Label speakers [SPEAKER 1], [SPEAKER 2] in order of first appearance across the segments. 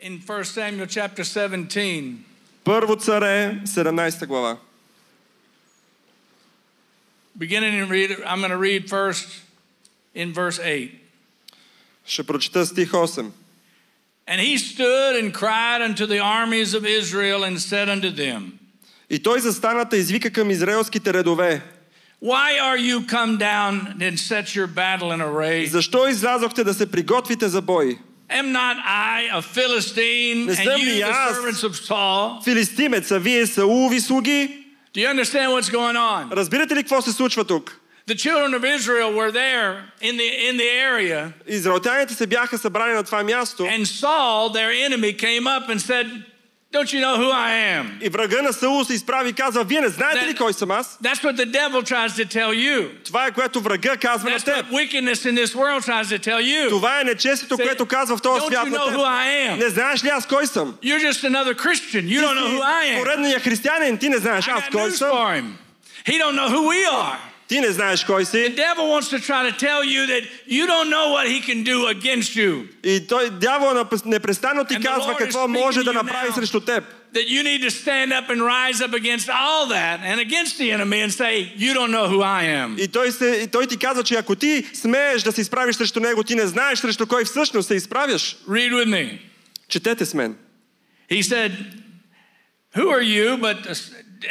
[SPEAKER 1] in 1 Samuel chapter 17.
[SPEAKER 2] Първо царе, 17 глава.
[SPEAKER 1] Beginning in read, I'm going to read first in verse 8.
[SPEAKER 2] Ще прочета стих 8.
[SPEAKER 1] And he stood and cried unto the armies of Israel and said unto them,
[SPEAKER 2] И той застаната извика към израелските редове.
[SPEAKER 1] Why are you come down and set your battle in array?
[SPEAKER 2] Защо излязохте да се приготвите за бой?
[SPEAKER 1] Am not I a Philistine
[SPEAKER 2] Yes,
[SPEAKER 1] and
[SPEAKER 2] certainly,
[SPEAKER 1] you the
[SPEAKER 2] yes.
[SPEAKER 1] servants of Saul?
[SPEAKER 2] Филистимеца, вие Саулови слуги.
[SPEAKER 1] Do you understand what's going on?
[SPEAKER 2] Разбирате ли какво се случва тук?
[SPEAKER 1] The children of Israel were there in the in the area,
[SPEAKER 2] Израелтяните се бяха събрани на това място
[SPEAKER 1] and Saul, their enemy, came up and said, "Don't you know who I am?"
[SPEAKER 2] и врага на Саул се изправи и казва, вие не знаете ли кой съм аз?
[SPEAKER 1] That's what the devil tries to tell you.
[SPEAKER 2] Това е което врага казва на
[SPEAKER 1] That's
[SPEAKER 2] теб.
[SPEAKER 1] what wickedness in this world tries to tell you.
[SPEAKER 2] Това е нечестието, което казва в този
[SPEAKER 1] Don't
[SPEAKER 2] свят
[SPEAKER 1] you
[SPEAKER 2] на
[SPEAKER 1] know
[SPEAKER 2] теб.
[SPEAKER 1] who I am?
[SPEAKER 2] Не знаеш ли аз кой съм?
[SPEAKER 1] You're just another Christian. You
[SPEAKER 2] Ти
[SPEAKER 1] don't know who I
[SPEAKER 2] си
[SPEAKER 1] am.
[SPEAKER 2] поредния християнин, ти не знаеш аз
[SPEAKER 1] I got
[SPEAKER 2] кой
[SPEAKER 1] news
[SPEAKER 2] съм.
[SPEAKER 1] for him. He don't know who we are.
[SPEAKER 2] Ти не знаеш кой си.
[SPEAKER 1] The devil wants to try to tell you that you don't know what he can do against you.
[SPEAKER 2] И той дявол напрес- непрестанно ти
[SPEAKER 1] And the
[SPEAKER 2] казва
[SPEAKER 1] Lord is
[SPEAKER 2] какво
[SPEAKER 1] speaking
[SPEAKER 2] може
[SPEAKER 1] to
[SPEAKER 2] да
[SPEAKER 1] you
[SPEAKER 2] направи
[SPEAKER 1] now.
[SPEAKER 2] срещу теб.
[SPEAKER 1] That you need to stand up and rise up against all that and against the enemy and say, You don't know who I am.
[SPEAKER 2] И той, се, и той ти казва, че ако ти смееш да се изправиш срещу него, ти не знаеш срещу кой всъщност се изправяш.
[SPEAKER 1] Read with me.
[SPEAKER 2] Четете с мен.
[SPEAKER 1] He said, Who are you? But uh,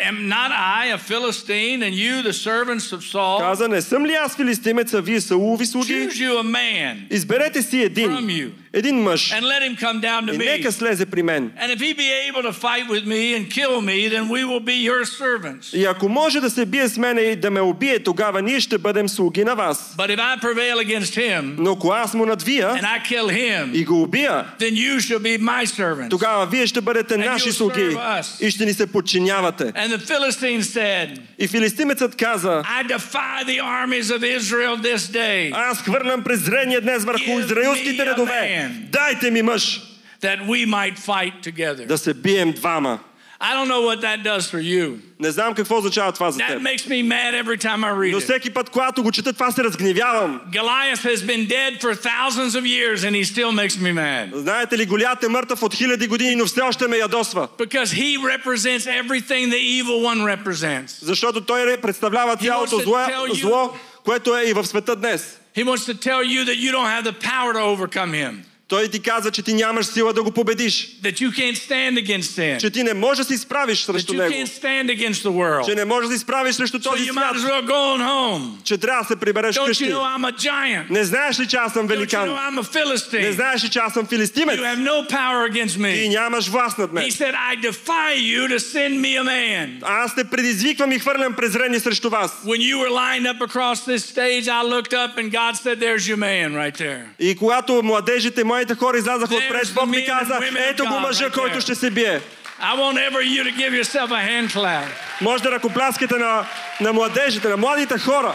[SPEAKER 1] am not I a Philistine and you the servants of Saul?
[SPEAKER 2] Каза, не съм ли аз филистимец, а вие Саулови слуги?
[SPEAKER 1] Choose you a man
[SPEAKER 2] Изберете си
[SPEAKER 1] from
[SPEAKER 2] един,
[SPEAKER 1] you
[SPEAKER 2] един мъж
[SPEAKER 1] and let him come down to
[SPEAKER 2] и
[SPEAKER 1] me.
[SPEAKER 2] нека слезе при мен.
[SPEAKER 1] And if he be able to fight with me and kill me, then we will be your servants.
[SPEAKER 2] И ако може да се бие с мене и да ме убие, тогава ние ще бъдем слуги на вас.
[SPEAKER 1] But if I prevail against him
[SPEAKER 2] Но ако аз му
[SPEAKER 1] and
[SPEAKER 2] надвия
[SPEAKER 1] I kill him,
[SPEAKER 2] и го убия,
[SPEAKER 1] then you shall be my servants.
[SPEAKER 2] тогава вие ще бъдете наши
[SPEAKER 1] you'll
[SPEAKER 2] слуги
[SPEAKER 1] serve us.
[SPEAKER 2] и ще ни се подчинявате.
[SPEAKER 1] And the Philistine said,
[SPEAKER 2] И филистимецът каза,
[SPEAKER 1] I defy the armies of Israel this day,
[SPEAKER 2] аз хвърлям презрение днес върху
[SPEAKER 1] Give me
[SPEAKER 2] израилските
[SPEAKER 1] a
[SPEAKER 2] редове.
[SPEAKER 1] man.
[SPEAKER 2] Дайте ми мъж
[SPEAKER 1] that we might fight together.
[SPEAKER 2] да се бием двама.
[SPEAKER 1] I don't know what that does for you.
[SPEAKER 2] Не знам какво означава това за
[SPEAKER 1] That
[SPEAKER 2] теб.
[SPEAKER 1] makes me mad every time I read
[SPEAKER 2] Но
[SPEAKER 1] it.
[SPEAKER 2] всеки път, когато го чета, това се разгневявам.
[SPEAKER 1] Goliath has been dead for thousands of years and he still makes me mad
[SPEAKER 2] Знаете ли, Голят е мъртъв от хиляди години, но все още ме ядосва.
[SPEAKER 1] because he represents everything the evil one represents.
[SPEAKER 2] Защото той представлява цялото
[SPEAKER 1] wants to
[SPEAKER 2] зло,
[SPEAKER 1] tell you-
[SPEAKER 2] зло, което е и в света днес.
[SPEAKER 1] He wants to tell you that you don't have the power to overcome him,
[SPEAKER 2] Той ти каза, че ти нямаш сила да го победиш,
[SPEAKER 1] that you can't stand against sin,
[SPEAKER 2] че ти не можеш да се изправиш
[SPEAKER 1] that
[SPEAKER 2] срещу
[SPEAKER 1] you
[SPEAKER 2] него,
[SPEAKER 1] can't stand against the world.
[SPEAKER 2] че не можеш да се изправиш срещу
[SPEAKER 1] So
[SPEAKER 2] този
[SPEAKER 1] you might
[SPEAKER 2] свят,
[SPEAKER 1] as well go on home.
[SPEAKER 2] че трябва да се прибереш
[SPEAKER 1] Don't you
[SPEAKER 2] вкъщи.
[SPEAKER 1] know I'm a giant?
[SPEAKER 2] Не знаеш ли, че аз съм
[SPEAKER 1] Don't you know
[SPEAKER 2] великан?
[SPEAKER 1] I'm a
[SPEAKER 2] Не
[SPEAKER 1] Philistine?
[SPEAKER 2] знаеш ли, че аз съм филистимец?
[SPEAKER 1] You have no power against
[SPEAKER 2] Ти
[SPEAKER 1] me.
[SPEAKER 2] нямаш власт над
[SPEAKER 1] He
[SPEAKER 2] мен.
[SPEAKER 1] said, I defy you to send me a man.
[SPEAKER 2] Аз те предизвиквам и хвърлям презрение срещу вас.
[SPEAKER 1] When you were lined up across this stage, I looked up and God said, There's your man right there.
[SPEAKER 2] И когато младежите, моите хора излязаха
[SPEAKER 1] There's
[SPEAKER 2] отпред,
[SPEAKER 1] the
[SPEAKER 2] Бог
[SPEAKER 1] men
[SPEAKER 2] ми
[SPEAKER 1] and
[SPEAKER 2] каза,
[SPEAKER 1] women of
[SPEAKER 2] ето го
[SPEAKER 1] God
[SPEAKER 2] мъжа,
[SPEAKER 1] right
[SPEAKER 2] който
[SPEAKER 1] there."
[SPEAKER 2] ще се бие.
[SPEAKER 1] I want ever you to give yourself a hand clap.
[SPEAKER 2] Може да ръкопляскате на, на младежите, на младите хора.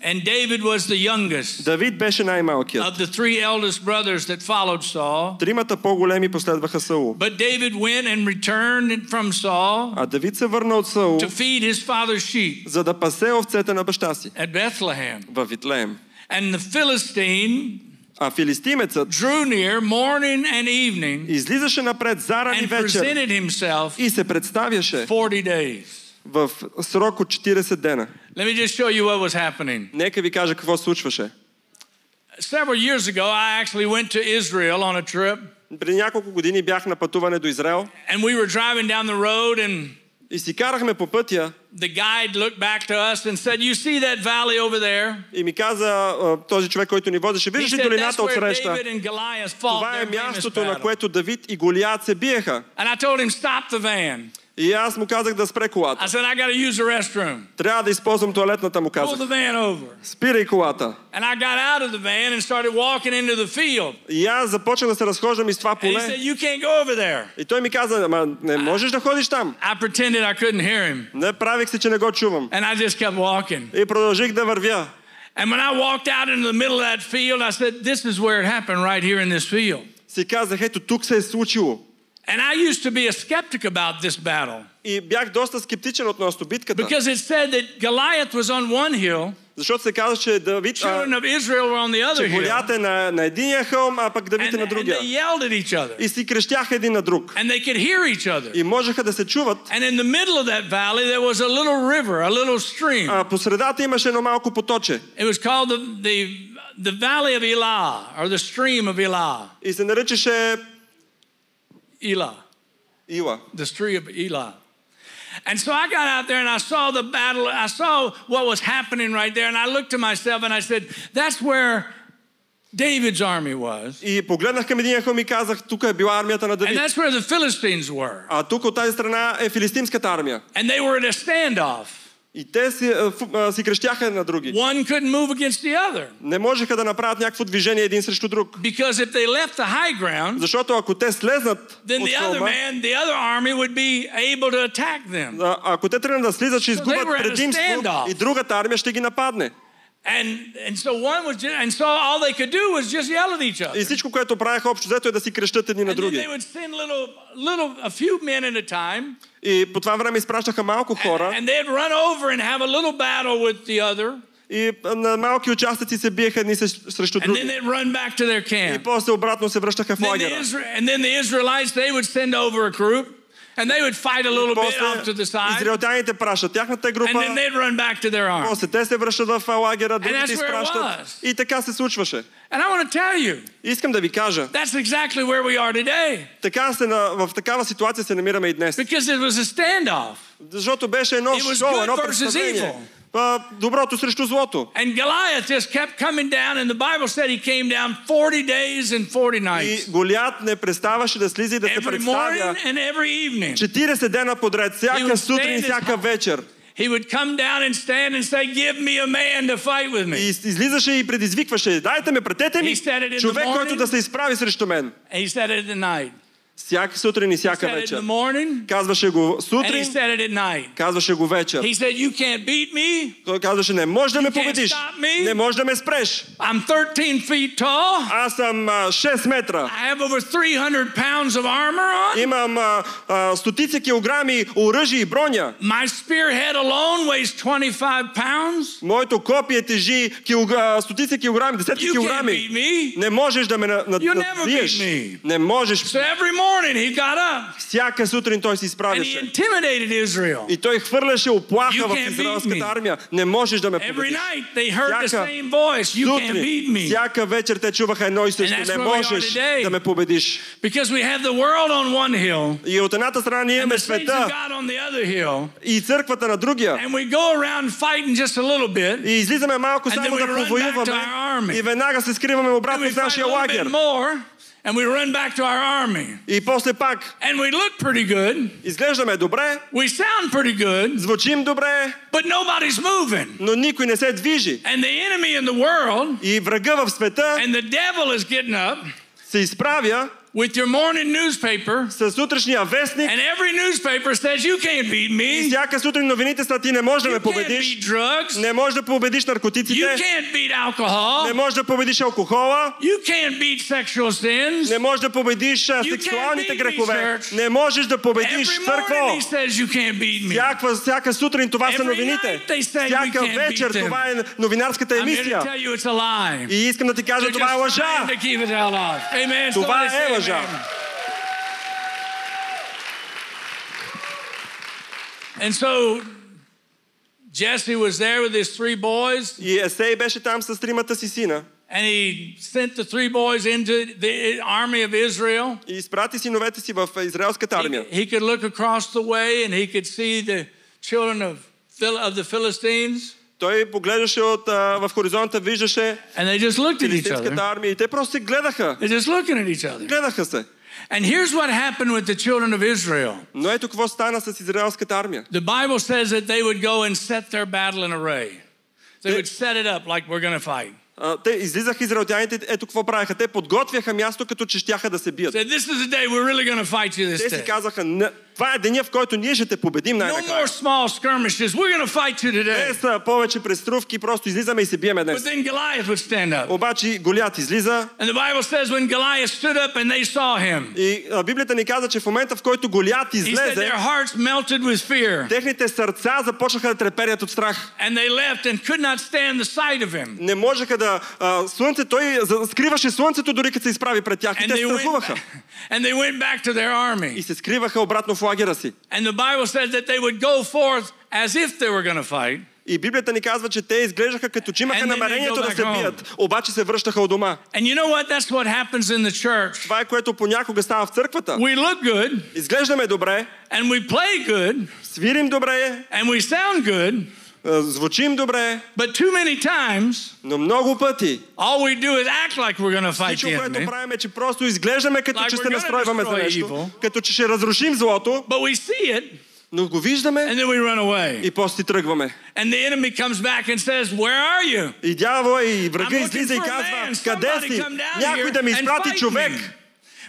[SPEAKER 1] And David was the youngest
[SPEAKER 2] Давид беше най-малкият.
[SPEAKER 1] of the three eldest brothers that followed Saul.
[SPEAKER 2] Тримата по-големи последваха Саул.
[SPEAKER 1] But David went and returned from Saul
[SPEAKER 2] А Давид се върна от Саул,
[SPEAKER 1] to feed his father's sheep
[SPEAKER 2] за да пасе овцете на баща си
[SPEAKER 1] at Bethlehem.
[SPEAKER 2] във Витлеем.
[SPEAKER 1] And the Philistine
[SPEAKER 2] А филистимецът
[SPEAKER 1] drew near morning and evening
[SPEAKER 2] излизаше напред заран и
[SPEAKER 1] and
[SPEAKER 2] вечер
[SPEAKER 1] presented himself
[SPEAKER 2] и се
[SPEAKER 1] 40
[SPEAKER 2] представяше
[SPEAKER 1] days.
[SPEAKER 2] в срок от 40 дена.
[SPEAKER 1] Let me just show you what was happening.
[SPEAKER 2] Нека ви кажа какво случваше.
[SPEAKER 1] Several years ago, I actually went to Israel on a trip,
[SPEAKER 2] Преди няколко години бях на пътуване до Израел
[SPEAKER 1] and we were driving down the road, and
[SPEAKER 2] и си карахме по пътя
[SPEAKER 1] the guide looked back to us and said, You see that valley over there?
[SPEAKER 2] и ми каза а, този човек, който ни водеше,
[SPEAKER 1] He
[SPEAKER 2] виждаш ли
[SPEAKER 1] said, That's
[SPEAKER 2] долината от
[SPEAKER 1] where
[SPEAKER 2] среща?
[SPEAKER 1] David and Goliath fought.
[SPEAKER 2] Това е
[SPEAKER 1] their famous
[SPEAKER 2] мястото, на
[SPEAKER 1] battle."
[SPEAKER 2] което Давид и Голиат се биеха.
[SPEAKER 1] And I told him, Stop the van.
[SPEAKER 2] И аз му казах да спре колата.
[SPEAKER 1] I said, I got to use the restroom.
[SPEAKER 2] Трябва да използвам туалетната, му
[SPEAKER 1] Pull
[SPEAKER 2] казах.
[SPEAKER 1] the van over.
[SPEAKER 2] Спирай колата.
[SPEAKER 1] And I got out of the van and started walking into the field.
[SPEAKER 2] И аз започнах да се разхождам из това
[SPEAKER 1] And he said,
[SPEAKER 2] поле.
[SPEAKER 1] You can't go over there.
[SPEAKER 2] И той ми каза, ама не можеш да ходиш там.
[SPEAKER 1] I pretended I couldn't hear him.
[SPEAKER 2] Не правих се, че не го чувам.
[SPEAKER 1] And I just kept walking.
[SPEAKER 2] И продължих да вървя.
[SPEAKER 1] And when I walked out into the middle of that field, I said, This is where it happened right here in this field.
[SPEAKER 2] Си казах, ето тук се е случило.
[SPEAKER 1] And I used to be a skeptic about this battle
[SPEAKER 2] И бях доста скептичен относно битката.
[SPEAKER 1] because it said that Goliath was on one hill
[SPEAKER 2] Защото се казва, че Давид, а,
[SPEAKER 1] Children of Israel were on the other
[SPEAKER 2] че
[SPEAKER 1] hill.
[SPEAKER 2] Голят е на, на единия хълм, а пък Давид
[SPEAKER 1] And,
[SPEAKER 2] е на
[SPEAKER 1] and
[SPEAKER 2] другия.
[SPEAKER 1] they yelled at each other.
[SPEAKER 2] И си крещяха един на друг.
[SPEAKER 1] And they could hear each other.
[SPEAKER 2] И можеха да се чуват.
[SPEAKER 1] And in the middle of that valley, there was a little river, a little stream.
[SPEAKER 2] А, по средата имаше едно малко поточе.
[SPEAKER 1] It was called the, the, the Valley of Elah, or the Stream of Elah.
[SPEAKER 2] И се наричаше
[SPEAKER 1] Elah,
[SPEAKER 2] Ила.
[SPEAKER 1] the Stream of Elah. And so I got out there and I saw the battle. I saw what was happening right there. And I looked to myself and I said, that's where David's army was.
[SPEAKER 2] И погледнах към един хълм и казах, тук е била армията на
[SPEAKER 1] And
[SPEAKER 2] Давид.
[SPEAKER 1] that's where the Philistines were.
[SPEAKER 2] А тук от тази страна е филистимската армия.
[SPEAKER 1] And they were at a standoff.
[SPEAKER 2] И те си, а, фу- а, си крещяха на други.
[SPEAKER 1] One couldn't move against the other.
[SPEAKER 2] Не можеха да направят някакво движение един срещу друг.
[SPEAKER 1] Because if they left the high ground,
[SPEAKER 2] Защото ако те слезнат
[SPEAKER 1] then
[SPEAKER 2] от
[SPEAKER 1] the other
[SPEAKER 2] хълма,
[SPEAKER 1] man, the other army would be able to attack them.
[SPEAKER 2] а, ако те тръгнат да слизат, ще
[SPEAKER 1] they
[SPEAKER 2] изгубят
[SPEAKER 1] were at a
[SPEAKER 2] предимство
[SPEAKER 1] standoff.
[SPEAKER 2] и другата армия ще ги нападне.
[SPEAKER 1] And and so one was just, and so all they could do was just yell at each other.
[SPEAKER 2] И всичко, което правеха общо взето е да си крещат едни на
[SPEAKER 1] And then they
[SPEAKER 2] други.
[SPEAKER 1] would send little little a few men at a time,
[SPEAKER 2] И по това време изпращаха малко хора
[SPEAKER 1] and they'd run over and have a little battle with the other,
[SPEAKER 2] и а, на малки участъци се биеха едни срещ- срещу
[SPEAKER 1] and then
[SPEAKER 2] други.
[SPEAKER 1] they'd run back to their
[SPEAKER 2] И
[SPEAKER 1] camp.
[SPEAKER 2] после обратно се връщаха в
[SPEAKER 1] Then the
[SPEAKER 2] лагера.
[SPEAKER 1] Isra- and then the Israelites, they would send over a group, and they would fight a little bit off to
[SPEAKER 2] После
[SPEAKER 1] the side,
[SPEAKER 2] израелтяните пращат тяхната
[SPEAKER 1] and
[SPEAKER 2] група,
[SPEAKER 1] then they'd run back to their arms.
[SPEAKER 2] после те се връщат в а, лагера,
[SPEAKER 1] that's
[SPEAKER 2] другите
[SPEAKER 1] where it
[SPEAKER 2] изпращат.
[SPEAKER 1] was.
[SPEAKER 2] И така се случваше.
[SPEAKER 1] And I want to tell you,
[SPEAKER 2] Искам да ви кажа,
[SPEAKER 1] that's exactly where we are today,
[SPEAKER 2] така се, на- в такава ситуация се намираме и днес.
[SPEAKER 1] because it was a standoff.
[SPEAKER 2] Защото беше едно
[SPEAKER 1] It was
[SPEAKER 2] шоу,
[SPEAKER 1] good
[SPEAKER 2] едно
[SPEAKER 1] versus
[SPEAKER 2] представление. А, Доброто срещу злото.
[SPEAKER 1] And Goliath just kept coming down, and the Bible said he came down 40 days and 40
[SPEAKER 2] И
[SPEAKER 1] nights.
[SPEAKER 2] Голят не преставаше да слиза и да се
[SPEAKER 1] Every
[SPEAKER 2] представя
[SPEAKER 1] morning and every evening.
[SPEAKER 2] 40 дена подред,
[SPEAKER 1] He was
[SPEAKER 2] всяка сутрин,
[SPEAKER 1] staying
[SPEAKER 2] всяка вечер.
[SPEAKER 1] He would come down and stand and say, Give me a man to fight with
[SPEAKER 2] И
[SPEAKER 1] me.
[SPEAKER 2] из- излизаше и предизвикваше, дайте ме, претете ми
[SPEAKER 1] He said it in the
[SPEAKER 2] човек, който
[SPEAKER 1] morning.
[SPEAKER 2] да се изправи срещу мен.
[SPEAKER 1] And he said it at night.
[SPEAKER 2] Всяка сутрин и
[SPEAKER 1] He
[SPEAKER 2] всяка
[SPEAKER 1] said it in the
[SPEAKER 2] вечер.
[SPEAKER 1] morning,
[SPEAKER 2] Казваше го
[SPEAKER 1] and he
[SPEAKER 2] сутрин,
[SPEAKER 1] said it at night.
[SPEAKER 2] казваше го вечер.
[SPEAKER 1] He said, You can't beat me.
[SPEAKER 2] Той казваше, не можеш да ме
[SPEAKER 1] can't
[SPEAKER 2] победиш,
[SPEAKER 1] stop me.
[SPEAKER 2] не можеш да ме спреш.
[SPEAKER 1] I'm 13 feet tall.
[SPEAKER 2] Аз съм а, 6 метра.
[SPEAKER 1] I have over 300 pounds of armor on.
[SPEAKER 2] Имам а, а, стотици килограми оръжие и броня.
[SPEAKER 1] My spearhead alone weighs 25 pounds.
[SPEAKER 2] Моето копие тежи килога, стотици килограми, десетки
[SPEAKER 1] You can't
[SPEAKER 2] килограми.
[SPEAKER 1] beat me.
[SPEAKER 2] Не можеш да ме на- на-
[SPEAKER 1] You'll never
[SPEAKER 2] надвиеш.
[SPEAKER 1] beat me.
[SPEAKER 2] Не можеш.
[SPEAKER 1] So every morning he got up
[SPEAKER 2] Всяка сутрин той се
[SPEAKER 1] and he
[SPEAKER 2] изправяше.
[SPEAKER 1] intimidated Israel.
[SPEAKER 2] И той хвърляше оплаха
[SPEAKER 1] You
[SPEAKER 2] в
[SPEAKER 1] can't beat
[SPEAKER 2] израелската
[SPEAKER 1] me.
[SPEAKER 2] армия. Не можеш да ме
[SPEAKER 1] Every
[SPEAKER 2] победиш.
[SPEAKER 1] night they heard the
[SPEAKER 2] Всяка
[SPEAKER 1] same voice, You can't beat
[SPEAKER 2] Сутрин,
[SPEAKER 1] me.
[SPEAKER 2] всяка вечер те чуваха едно и
[SPEAKER 1] And that's
[SPEAKER 2] също. Не
[SPEAKER 1] where we are
[SPEAKER 2] можеш
[SPEAKER 1] today.
[SPEAKER 2] да ме победиш.
[SPEAKER 1] Because we have the world on one hill
[SPEAKER 2] И от едната страна ние
[SPEAKER 1] and the
[SPEAKER 2] имаме
[SPEAKER 1] saints of
[SPEAKER 2] света
[SPEAKER 1] God on the other hill,
[SPEAKER 2] и църквата на другия.
[SPEAKER 1] and we go around fighting just a little bit,
[SPEAKER 2] И излизаме малко
[SPEAKER 1] And
[SPEAKER 2] само
[SPEAKER 1] then we
[SPEAKER 2] да
[SPEAKER 1] run back to
[SPEAKER 2] повоюваме
[SPEAKER 1] our army.
[SPEAKER 2] и веднага се скриваме
[SPEAKER 1] and
[SPEAKER 2] обратно
[SPEAKER 1] we
[SPEAKER 2] в
[SPEAKER 1] fight a
[SPEAKER 2] нашия
[SPEAKER 1] little bit
[SPEAKER 2] лагер.
[SPEAKER 1] more, and we run back to our army.
[SPEAKER 2] И после пак
[SPEAKER 1] And we look pretty good,
[SPEAKER 2] изглеждаме добре,
[SPEAKER 1] we sound pretty good,
[SPEAKER 2] звучим добре,
[SPEAKER 1] but nobody's moving.
[SPEAKER 2] но никой не се движи.
[SPEAKER 1] And the enemy in the world
[SPEAKER 2] И врага в света
[SPEAKER 1] and the devil is getting up
[SPEAKER 2] се изправя
[SPEAKER 1] with your morning newspaper
[SPEAKER 2] с сутрешния вестник
[SPEAKER 1] And every newspaper says you can't beat
[SPEAKER 2] и
[SPEAKER 1] me. You
[SPEAKER 2] всяка сутрин новините са ти не можеш да ме
[SPEAKER 1] can't beat
[SPEAKER 2] победиш,
[SPEAKER 1] drugs.
[SPEAKER 2] не можеш да победиш
[SPEAKER 1] You
[SPEAKER 2] наркотиците,
[SPEAKER 1] can't beat
[SPEAKER 2] не
[SPEAKER 1] alcohol.
[SPEAKER 2] можеш да победиш алкохола,
[SPEAKER 1] You can't beat sexual sins.
[SPEAKER 2] не можеш да победиш а,
[SPEAKER 1] You can't
[SPEAKER 2] сексуалните
[SPEAKER 1] beat me,
[SPEAKER 2] грехове,
[SPEAKER 1] church.
[SPEAKER 2] не можеш да победиш
[SPEAKER 1] Every morning he
[SPEAKER 2] църкво.
[SPEAKER 1] says you can't beat me. I'm
[SPEAKER 2] Всяка, всяка сутрин това са
[SPEAKER 1] Every
[SPEAKER 2] новините.
[SPEAKER 1] night they say we
[SPEAKER 2] Всяка
[SPEAKER 1] can't
[SPEAKER 2] вечер
[SPEAKER 1] beat them.
[SPEAKER 2] това е новинарската
[SPEAKER 1] here to
[SPEAKER 2] емисия.
[SPEAKER 1] tell you it's a lie.
[SPEAKER 2] И искам да ти кажа,
[SPEAKER 1] They're
[SPEAKER 2] това е
[SPEAKER 1] just trying
[SPEAKER 2] лъжа.
[SPEAKER 1] to keep it alive. Amen.
[SPEAKER 2] Това
[SPEAKER 1] Somebody
[SPEAKER 2] е
[SPEAKER 1] say
[SPEAKER 2] лъжа.
[SPEAKER 1] amen. And so Jesse was there with his three boys,
[SPEAKER 2] И Есей беше там с тримата си сина.
[SPEAKER 1] and he sent the three boys into the army of Israel.
[SPEAKER 2] И изпрати синовете си в израелската армия.
[SPEAKER 1] He could look across the way and he could see the children of, Phil- of the Philistines,
[SPEAKER 2] Той поглеждаше от, а, в хоризонта, виждаше
[SPEAKER 1] and they just looked at each
[SPEAKER 2] филистимската
[SPEAKER 1] other.
[SPEAKER 2] армия и те просто се гледаха.
[SPEAKER 1] They're just looking at each other.
[SPEAKER 2] Гледаха се.
[SPEAKER 1] And here's what happened with the children of Israel.
[SPEAKER 2] Но ето какво стана с израелската армия.
[SPEAKER 1] The Bible says that they would go and set their battle in array. They would set it up like we're going to fight.
[SPEAKER 2] А, те излизаха израелтяните, ето какво правеха. Те подготвяха място, като че щяха да се бият.
[SPEAKER 1] Said, this is the day we're really going to fight you this
[SPEAKER 2] Те си
[SPEAKER 1] day.
[SPEAKER 2] казаха, «Не, Това е деня, в който ние ще те победим
[SPEAKER 1] No
[SPEAKER 2] най-накрая.
[SPEAKER 1] more small skirmishes. We're going to fight you today.
[SPEAKER 2] Не са повече преструвки, просто излизаме и се биеме
[SPEAKER 1] But
[SPEAKER 2] днес.
[SPEAKER 1] then Goliath would stand up.
[SPEAKER 2] Обаче Голят излиза
[SPEAKER 1] And the Bible says when Goliath stood up and they saw him,
[SPEAKER 2] и а, Библията ни каза, че в момента, в който Голят
[SPEAKER 1] he said
[SPEAKER 2] излезе,
[SPEAKER 1] their hearts melted with fear.
[SPEAKER 2] техните сърца започнаха да треперят от страх.
[SPEAKER 1] And they left and could not stand the sight of him.
[SPEAKER 2] Не можеха да... А, слънце, той за- скриваше слънцето дори като се изправи пред тях. И
[SPEAKER 1] And
[SPEAKER 2] те
[SPEAKER 1] they,
[SPEAKER 2] се
[SPEAKER 1] went
[SPEAKER 2] страхуваха.
[SPEAKER 1] back, and they went back to their
[SPEAKER 2] И
[SPEAKER 1] army.
[SPEAKER 2] се скриваха обратно в лагера си.
[SPEAKER 1] And the Bible says that they would go forth as if they were going to fight.
[SPEAKER 2] И Библията ни казва, че те изглеждаха като че
[SPEAKER 1] And
[SPEAKER 2] имаха
[SPEAKER 1] then they
[SPEAKER 2] намерението
[SPEAKER 1] go
[SPEAKER 2] да
[SPEAKER 1] back
[SPEAKER 2] се
[SPEAKER 1] home.
[SPEAKER 2] бият, обаче се връщаха от дома.
[SPEAKER 1] And you know what? That's what happens in the church.
[SPEAKER 2] Това е което понякога става в църквата.
[SPEAKER 1] We look good
[SPEAKER 2] Изглеждаме добре,
[SPEAKER 1] and we play good
[SPEAKER 2] свирим добре,
[SPEAKER 1] and we sound good,
[SPEAKER 2] а, звучим добре,
[SPEAKER 1] but too many times
[SPEAKER 2] но много пъти
[SPEAKER 1] all we do is act like we're going to fight
[SPEAKER 2] Всичко,
[SPEAKER 1] the
[SPEAKER 2] което
[SPEAKER 1] enemy.
[SPEAKER 2] правим е, че просто изглеждаме като
[SPEAKER 1] Like
[SPEAKER 2] че
[SPEAKER 1] we're
[SPEAKER 2] се
[SPEAKER 1] gonna
[SPEAKER 2] настройваме за
[SPEAKER 1] destroy
[SPEAKER 2] нещо,
[SPEAKER 1] evil.
[SPEAKER 2] като че ще разрушим злото,
[SPEAKER 1] But we see it
[SPEAKER 2] но го виждаме
[SPEAKER 1] and then we run away.
[SPEAKER 2] и после си тръгваме.
[SPEAKER 1] And the enemy comes back and says, Where are you?
[SPEAKER 2] И дявола и врага
[SPEAKER 1] I'm looking
[SPEAKER 2] излиза и
[SPEAKER 1] for a
[SPEAKER 2] казва,
[SPEAKER 1] man.
[SPEAKER 2] къде
[SPEAKER 1] Somebody
[SPEAKER 2] си?
[SPEAKER 1] come down
[SPEAKER 2] Някой
[SPEAKER 1] here
[SPEAKER 2] да ми
[SPEAKER 1] and
[SPEAKER 2] изпрати
[SPEAKER 1] fight
[SPEAKER 2] човек.
[SPEAKER 1] me."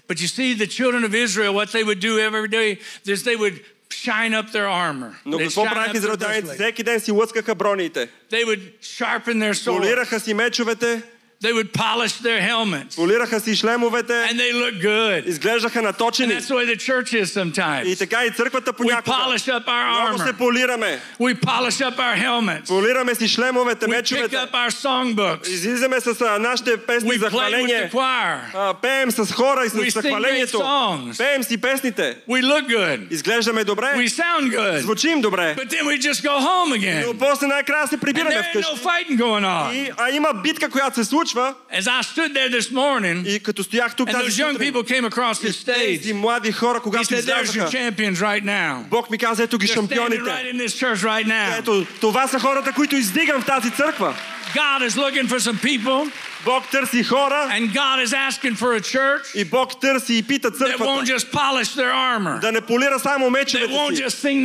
[SPEAKER 1] But you see, the children of Israel, what they would do every day is they would shine up their armor.
[SPEAKER 2] Но
[SPEAKER 1] They'd
[SPEAKER 2] какво
[SPEAKER 1] shine up
[SPEAKER 2] правиха
[SPEAKER 1] their
[SPEAKER 2] израелтяните?
[SPEAKER 1] breastplate.
[SPEAKER 2] Всеки ден си лъскаха броните.
[SPEAKER 1] They would sharpen their sword.
[SPEAKER 2] Полираха си мечовете,
[SPEAKER 1] They would polish their helmets.
[SPEAKER 2] полираха си шлемовете,
[SPEAKER 1] And they look good.
[SPEAKER 2] изглеждаха
[SPEAKER 1] And
[SPEAKER 2] наточени.
[SPEAKER 1] that's the way the church is
[SPEAKER 2] И
[SPEAKER 1] sometimes.
[SPEAKER 2] така и църквата
[SPEAKER 1] We
[SPEAKER 2] понякога.
[SPEAKER 1] polish up our
[SPEAKER 2] Много се
[SPEAKER 1] armor.
[SPEAKER 2] полираме.
[SPEAKER 1] We polish up our helmets.
[SPEAKER 2] Полираме си шлемовете,
[SPEAKER 1] We pick
[SPEAKER 2] мечовете.
[SPEAKER 1] up our songbooks.
[SPEAKER 2] Излизаме с а, нашите песни
[SPEAKER 1] We
[SPEAKER 2] за
[SPEAKER 1] play with the
[SPEAKER 2] хваление.
[SPEAKER 1] choir.
[SPEAKER 2] А, пеем с хора и
[SPEAKER 1] We
[SPEAKER 2] с
[SPEAKER 1] sing
[SPEAKER 2] хвалението.
[SPEAKER 1] great songs.
[SPEAKER 2] Пеем си песните.
[SPEAKER 1] We look good.
[SPEAKER 2] Изглеждаме добре.
[SPEAKER 1] We sound good.
[SPEAKER 2] Звучим добре.
[SPEAKER 1] But then we just go home
[SPEAKER 2] Но
[SPEAKER 1] again.
[SPEAKER 2] после най-края се
[SPEAKER 1] And
[SPEAKER 2] прибираме
[SPEAKER 1] there ain't no
[SPEAKER 2] вкъщи.
[SPEAKER 1] fighting going on.
[SPEAKER 2] И, а има битка, която се случва.
[SPEAKER 1] As I stood there this morning,
[SPEAKER 2] И като стоях тук
[SPEAKER 1] and
[SPEAKER 2] тази
[SPEAKER 1] those young
[SPEAKER 2] сутрин,
[SPEAKER 1] people came across the stage,
[SPEAKER 2] тези млади хора,
[SPEAKER 1] he
[SPEAKER 2] когато
[SPEAKER 1] said, There's your
[SPEAKER 2] излязаха,
[SPEAKER 1] champions right now.
[SPEAKER 2] Бог ми каза, ето ги
[SPEAKER 1] They're standing right
[SPEAKER 2] шампионите.
[SPEAKER 1] in this church right now.
[SPEAKER 2] Ето, това са хората, които издигам в тази църква.
[SPEAKER 1] God is looking for some people,
[SPEAKER 2] Бог търси хора
[SPEAKER 1] and God is asking for a church
[SPEAKER 2] и Бог търси и пита
[SPEAKER 1] that won't
[SPEAKER 2] църквата.
[SPEAKER 1] just polish their armor,
[SPEAKER 2] Да не полира само
[SPEAKER 1] that
[SPEAKER 2] мечовете
[SPEAKER 1] won't
[SPEAKER 2] си.
[SPEAKER 1] just sing the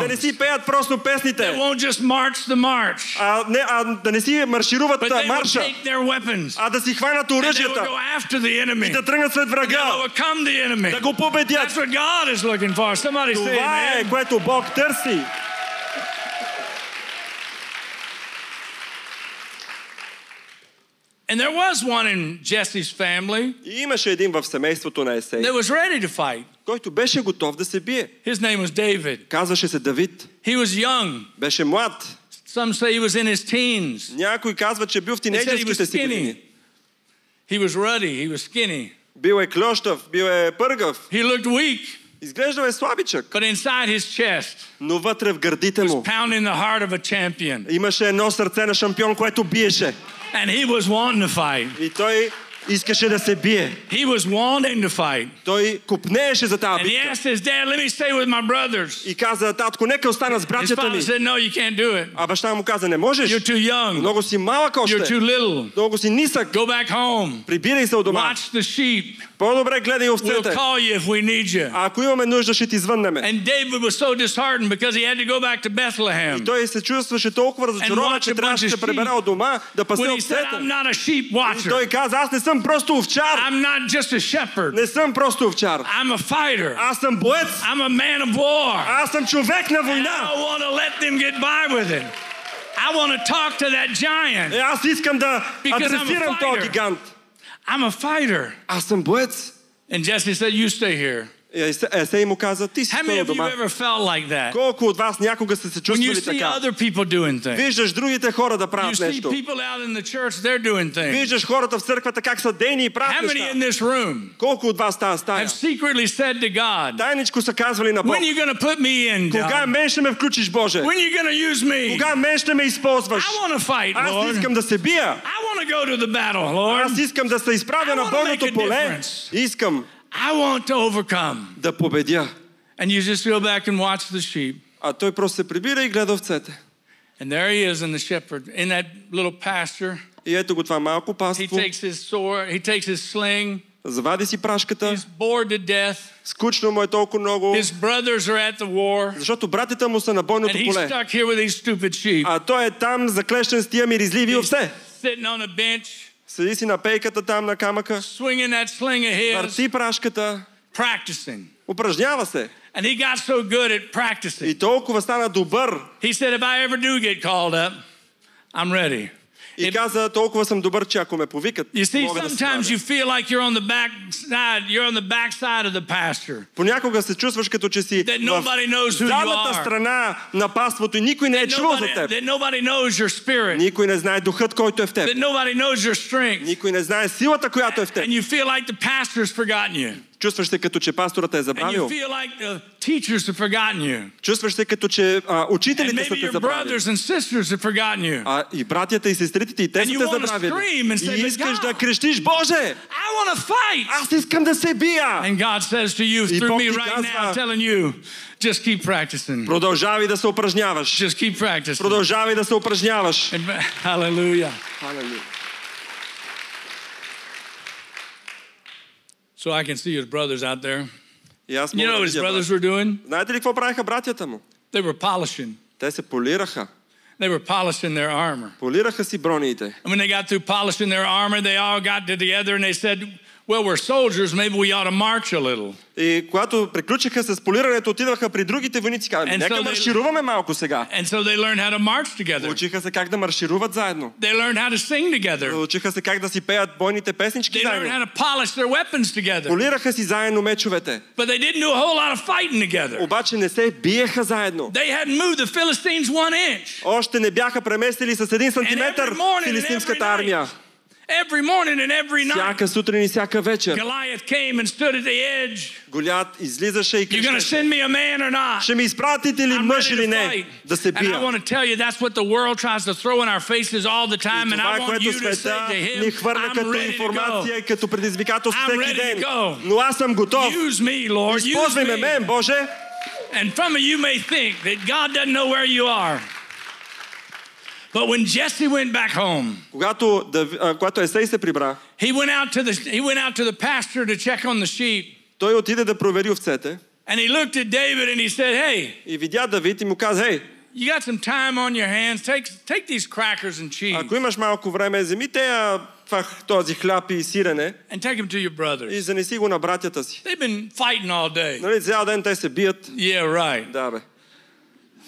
[SPEAKER 2] Да не
[SPEAKER 1] songs,
[SPEAKER 2] си пеят просто
[SPEAKER 1] that
[SPEAKER 2] песните.
[SPEAKER 1] won't just march the march,
[SPEAKER 2] А, не, а, да не си маршируват
[SPEAKER 1] but
[SPEAKER 2] а,
[SPEAKER 1] they will
[SPEAKER 2] марша,
[SPEAKER 1] take their weapons
[SPEAKER 2] а да си хванат
[SPEAKER 1] and they will go
[SPEAKER 2] оръжията
[SPEAKER 1] after the enemy,
[SPEAKER 2] и да тръгнат след
[SPEAKER 1] they'll
[SPEAKER 2] врага,
[SPEAKER 1] overcome the enemy.
[SPEAKER 2] да го победят.
[SPEAKER 1] That's what God is looking for. Somebody say,
[SPEAKER 2] Това е,
[SPEAKER 1] man.
[SPEAKER 2] което Бог търси.
[SPEAKER 1] And there was one in Jesse's family
[SPEAKER 2] И имаше един в семейството на Есей,
[SPEAKER 1] that was ready to fight.
[SPEAKER 2] който беше готов да се бие.
[SPEAKER 1] His name was David.
[SPEAKER 2] Казваше се Давид.
[SPEAKER 1] He was young.
[SPEAKER 2] Беше млад.
[SPEAKER 1] Some say he was in his teens.
[SPEAKER 2] Някой казва, че бил в
[SPEAKER 1] They said he was
[SPEAKER 2] тинейджерските си
[SPEAKER 1] skinny.
[SPEAKER 2] години.
[SPEAKER 1] He was ruddy. He was skinny.
[SPEAKER 2] Бил е клющав, бил е пъргав.
[SPEAKER 1] He looked weak,
[SPEAKER 2] Изглеждал е слабичък,
[SPEAKER 1] but inside his chest,
[SPEAKER 2] но вътре в гърдите му
[SPEAKER 1] pounding the heart of a champion.
[SPEAKER 2] имаше едно сърце на шампион, което биеше.
[SPEAKER 1] And he was wanting to fight.
[SPEAKER 2] И той искаше да се бие.
[SPEAKER 1] He was wanting to fight.
[SPEAKER 2] Той купнееше за тази
[SPEAKER 1] And he
[SPEAKER 2] битка.
[SPEAKER 1] asked his dad, Let me stay with my brothers.
[SPEAKER 2] И каза, татко, нека остана с
[SPEAKER 1] His
[SPEAKER 2] братята
[SPEAKER 1] father
[SPEAKER 2] ми.
[SPEAKER 1] said, No, you can't do it.
[SPEAKER 2] А баща му каза, не
[SPEAKER 1] You're
[SPEAKER 2] можеш.
[SPEAKER 1] too young.
[SPEAKER 2] Много си малък
[SPEAKER 1] You're too
[SPEAKER 2] още.
[SPEAKER 1] little.
[SPEAKER 2] Много си нисък.
[SPEAKER 1] Go back home.
[SPEAKER 2] Прибирай се от дома.
[SPEAKER 1] Watch the sheep.
[SPEAKER 2] По-добре гледай
[SPEAKER 1] We'll
[SPEAKER 2] овцете.
[SPEAKER 1] call you if we need you.
[SPEAKER 2] А ако имаме нужда, ще ти звъннеме.
[SPEAKER 1] And David was so disheartened because he had to go back to Bethlehem.
[SPEAKER 2] Той се чувстваше толкова разочарован,
[SPEAKER 1] watch a
[SPEAKER 2] че
[SPEAKER 1] bunch
[SPEAKER 2] трябваше
[SPEAKER 1] of
[SPEAKER 2] да се пребера
[SPEAKER 1] sheep.
[SPEAKER 2] от дома, да пасе
[SPEAKER 1] When he said,
[SPEAKER 2] овцете.
[SPEAKER 1] I'm not a sheep
[SPEAKER 2] И
[SPEAKER 1] watcher,
[SPEAKER 2] той каза, аз не съм просто овчар.
[SPEAKER 1] I'm not just a shepherd,
[SPEAKER 2] Не съм просто овчар.
[SPEAKER 1] I'm a fighter,
[SPEAKER 2] Аз съм боец.
[SPEAKER 1] I'm a man of war.
[SPEAKER 2] Аз съм човек на
[SPEAKER 1] And I
[SPEAKER 2] война.
[SPEAKER 1] don't want to let them get by with it. I want to talk to that
[SPEAKER 2] Е,
[SPEAKER 1] giant.
[SPEAKER 2] Аз искам да
[SPEAKER 1] Because I'm a
[SPEAKER 2] адресирам
[SPEAKER 1] fighter.
[SPEAKER 2] този гигант.
[SPEAKER 1] I'm a fighter.
[SPEAKER 2] Аз съм боец.
[SPEAKER 1] And Jesse said, You stay here.
[SPEAKER 2] Е, Есе- Есей му каза, ти си
[SPEAKER 1] How many
[SPEAKER 2] стоя
[SPEAKER 1] of you
[SPEAKER 2] дома.
[SPEAKER 1] ever felt like that?
[SPEAKER 2] Колко от вас някога са се
[SPEAKER 1] When you
[SPEAKER 2] чувствали
[SPEAKER 1] see
[SPEAKER 2] така?
[SPEAKER 1] other people doing things,
[SPEAKER 2] Виждаш другите хора да
[SPEAKER 1] you
[SPEAKER 2] правят
[SPEAKER 1] see
[SPEAKER 2] нещо.
[SPEAKER 1] people out in the church, they're doing things.
[SPEAKER 2] Виждаш хората в църквата как са дейни и
[SPEAKER 1] How
[SPEAKER 2] правят
[SPEAKER 1] many in
[SPEAKER 2] неща.
[SPEAKER 1] this room
[SPEAKER 2] Колко от вас тази стая?
[SPEAKER 1] have secretly said to God,
[SPEAKER 2] Тайничко са казвали на Бог.
[SPEAKER 1] When are you going to put me in?
[SPEAKER 2] Кога
[SPEAKER 1] God?
[SPEAKER 2] мен ще ме включиш, Боже?
[SPEAKER 1] When are you going to use me?
[SPEAKER 2] Кога мен ще ме използваш?
[SPEAKER 1] I want to fight,
[SPEAKER 2] Аз
[SPEAKER 1] Lord.
[SPEAKER 2] искам да се бия.
[SPEAKER 1] I want to go to the battle, Lord.
[SPEAKER 2] Аз искам да се изправя
[SPEAKER 1] I
[SPEAKER 2] на
[SPEAKER 1] wanna
[SPEAKER 2] бойното
[SPEAKER 1] make a
[SPEAKER 2] поле.
[SPEAKER 1] difference.
[SPEAKER 2] Искам
[SPEAKER 1] I want to overcome.
[SPEAKER 2] да победя.
[SPEAKER 1] And you just go back and watch the sheep.
[SPEAKER 2] А той просто се прибира и гледа овцете.
[SPEAKER 1] And there he is in the shepherd, in that little pasture.
[SPEAKER 2] И ето го това малко
[SPEAKER 1] He
[SPEAKER 2] паство.
[SPEAKER 1] takes his sword, he takes his sling.
[SPEAKER 2] Завади си прашката.
[SPEAKER 1] He's bored to death.
[SPEAKER 2] Скучно му е толкова много.
[SPEAKER 1] His brothers are at the war.
[SPEAKER 2] Защото братята му са на
[SPEAKER 1] And
[SPEAKER 2] бойното
[SPEAKER 1] he's
[SPEAKER 2] поле.
[SPEAKER 1] stuck here with these stupid sheep.
[SPEAKER 2] А той е там заклещен с тия миризливи
[SPEAKER 1] He's
[SPEAKER 2] овце.
[SPEAKER 1] sitting on a bench,
[SPEAKER 2] Седи си на пейката там на камъка.
[SPEAKER 1] swinging that sling of his.
[SPEAKER 2] Върти прашката.
[SPEAKER 1] practicing.
[SPEAKER 2] Упражнява се.
[SPEAKER 1] And he got so good at practicing.
[SPEAKER 2] И толкова стана добър.
[SPEAKER 1] He said, If I ever do get called up, I'm ready.
[SPEAKER 2] И каза, толкова съм добър, че ако ме повикат,
[SPEAKER 1] You see,
[SPEAKER 2] мога да се
[SPEAKER 1] sometimes
[SPEAKER 2] справя.
[SPEAKER 1] you feel like you're on the back side, you're on the back side of the pasture.
[SPEAKER 2] Понякога се чувстваш като че си
[SPEAKER 1] That
[SPEAKER 2] в
[SPEAKER 1] nobody knows who you
[SPEAKER 2] задната
[SPEAKER 1] are.
[SPEAKER 2] страна на паството и никой не е чувал за
[SPEAKER 1] Nobody-
[SPEAKER 2] теб.
[SPEAKER 1] that nobody knows your spirit,
[SPEAKER 2] Никой не знае духът, който е в теб.
[SPEAKER 1] that nobody knows your strength,
[SPEAKER 2] Никой не знае силата, която е в теб.
[SPEAKER 1] and you feel like the pastor's forgotten you,
[SPEAKER 2] Чувстваш се като че пасторът е
[SPEAKER 1] and you
[SPEAKER 2] забравил.
[SPEAKER 1] feel like the teachers have forgotten you,
[SPEAKER 2] Чувстваш се като че а,
[SPEAKER 1] and
[SPEAKER 2] учителите са
[SPEAKER 1] maybe
[SPEAKER 2] те
[SPEAKER 1] your
[SPEAKER 2] забравили.
[SPEAKER 1] brothers and sisters have forgotten you.
[SPEAKER 2] А и братята и сестрите ти и те
[SPEAKER 1] And
[SPEAKER 2] са
[SPEAKER 1] you
[SPEAKER 2] те
[SPEAKER 1] wanna scream and say,
[SPEAKER 2] забравили. И
[SPEAKER 1] "But
[SPEAKER 2] искаш
[SPEAKER 1] God."
[SPEAKER 2] да крещиш, Боже,
[SPEAKER 1] I want to fight.
[SPEAKER 2] аз искам да се бия.
[SPEAKER 1] And God says to you
[SPEAKER 2] И
[SPEAKER 1] through
[SPEAKER 2] Бог
[SPEAKER 1] me
[SPEAKER 2] ти
[SPEAKER 1] right now,
[SPEAKER 2] казва-
[SPEAKER 1] telling you, just keep practicing.
[SPEAKER 2] Продължавай да се упражняваш.
[SPEAKER 1] Just keep practicing.
[SPEAKER 2] Продължавай да се упражняваш.
[SPEAKER 1] And- uh, Hallelujah.
[SPEAKER 2] Халелуя.
[SPEAKER 1] So I can see his brothers out there.
[SPEAKER 2] И аз
[SPEAKER 1] You
[SPEAKER 2] мога
[SPEAKER 1] know
[SPEAKER 2] да
[SPEAKER 1] what his
[SPEAKER 2] видя, брат.
[SPEAKER 1] brothers were doing?
[SPEAKER 2] Знаете ли какво правиха братята му?
[SPEAKER 1] They were polishing.
[SPEAKER 2] Те се полираха.
[SPEAKER 1] They were polishing their armor.
[SPEAKER 2] Полираха си брониите.
[SPEAKER 1] And when they got through polishing their armor, they all got together and they said, Well, we're soldiers, maybe we ought to march a little.
[SPEAKER 2] И когато приключиха с полирането, отидоха при другите войници. Казаха,
[SPEAKER 1] And so
[SPEAKER 2] нека
[SPEAKER 1] they-
[SPEAKER 2] маршируваме малко сега.
[SPEAKER 1] And so they learned how to march together.
[SPEAKER 2] Учиха се как да маршируват заедно.
[SPEAKER 1] They learned how to sing together.
[SPEAKER 2] Учиха се как да си пеят бойните песнички
[SPEAKER 1] They learned
[SPEAKER 2] заедно.
[SPEAKER 1] how to polish their weapons together.
[SPEAKER 2] Полираха си заедно мечовете.
[SPEAKER 1] But they didn't do a whole lot of fighting together.
[SPEAKER 2] Обаче не се биеха заедно.
[SPEAKER 1] They hadn't moved the Philistines one inch.
[SPEAKER 2] Още не бяха преместили с един сантиметър
[SPEAKER 1] every morning and
[SPEAKER 2] филистимската
[SPEAKER 1] every night.
[SPEAKER 2] армия.
[SPEAKER 1] Every morning and every night,
[SPEAKER 2] Всяка сутрин и всяка вечер.
[SPEAKER 1] Goliath came and stood at the edge.
[SPEAKER 2] Голят излизаше и
[SPEAKER 1] You're going to
[SPEAKER 2] крещеше.
[SPEAKER 1] send me a man or not?
[SPEAKER 2] Ще ми изпратите ли
[SPEAKER 1] I'm
[SPEAKER 2] мъж
[SPEAKER 1] ready
[SPEAKER 2] или
[SPEAKER 1] to fight.
[SPEAKER 2] не да се
[SPEAKER 1] And I
[SPEAKER 2] бия?
[SPEAKER 1] want to tell you, that's what the world tries to throw in our faces all the
[SPEAKER 2] И
[SPEAKER 1] time. And
[SPEAKER 2] това,
[SPEAKER 1] I
[SPEAKER 2] е
[SPEAKER 1] want
[SPEAKER 2] което
[SPEAKER 1] you to say
[SPEAKER 2] света
[SPEAKER 1] to
[SPEAKER 2] ни
[SPEAKER 1] him,
[SPEAKER 2] хвърля
[SPEAKER 1] I'm
[SPEAKER 2] като
[SPEAKER 1] ready to
[SPEAKER 2] информация
[SPEAKER 1] go.
[SPEAKER 2] и като предизвикателство
[SPEAKER 1] I'm
[SPEAKER 2] всеки
[SPEAKER 1] ready to
[SPEAKER 2] ден.
[SPEAKER 1] go.
[SPEAKER 2] Но аз съм готов.
[SPEAKER 1] Use me, Lord. Use
[SPEAKER 2] Използвай ме
[SPEAKER 1] me.
[SPEAKER 2] мен, Боже.
[SPEAKER 1] And some of you may think that God doesn't know where you are. But when Jesse went back home,
[SPEAKER 2] Когато, Дав- а, когато Есей се прибра,
[SPEAKER 1] he went out to the he went out to the pasture to check on the sheep,
[SPEAKER 2] той отиде да провери овцете
[SPEAKER 1] and he looked at David and he said, "Hey,
[SPEAKER 2] и видя Давид и му каза, хей,
[SPEAKER 1] you got some time on your hands? Take take these crackers and cheese
[SPEAKER 2] ако имаш малко време, вземи тея, това, този хляб и сирене
[SPEAKER 1] and take them to your brothers.
[SPEAKER 2] и занеси го на братята си.
[SPEAKER 1] They've been fighting all day.
[SPEAKER 2] Нали, цял ден те се бият.
[SPEAKER 1] Yeah, right.
[SPEAKER 2] Да, бе.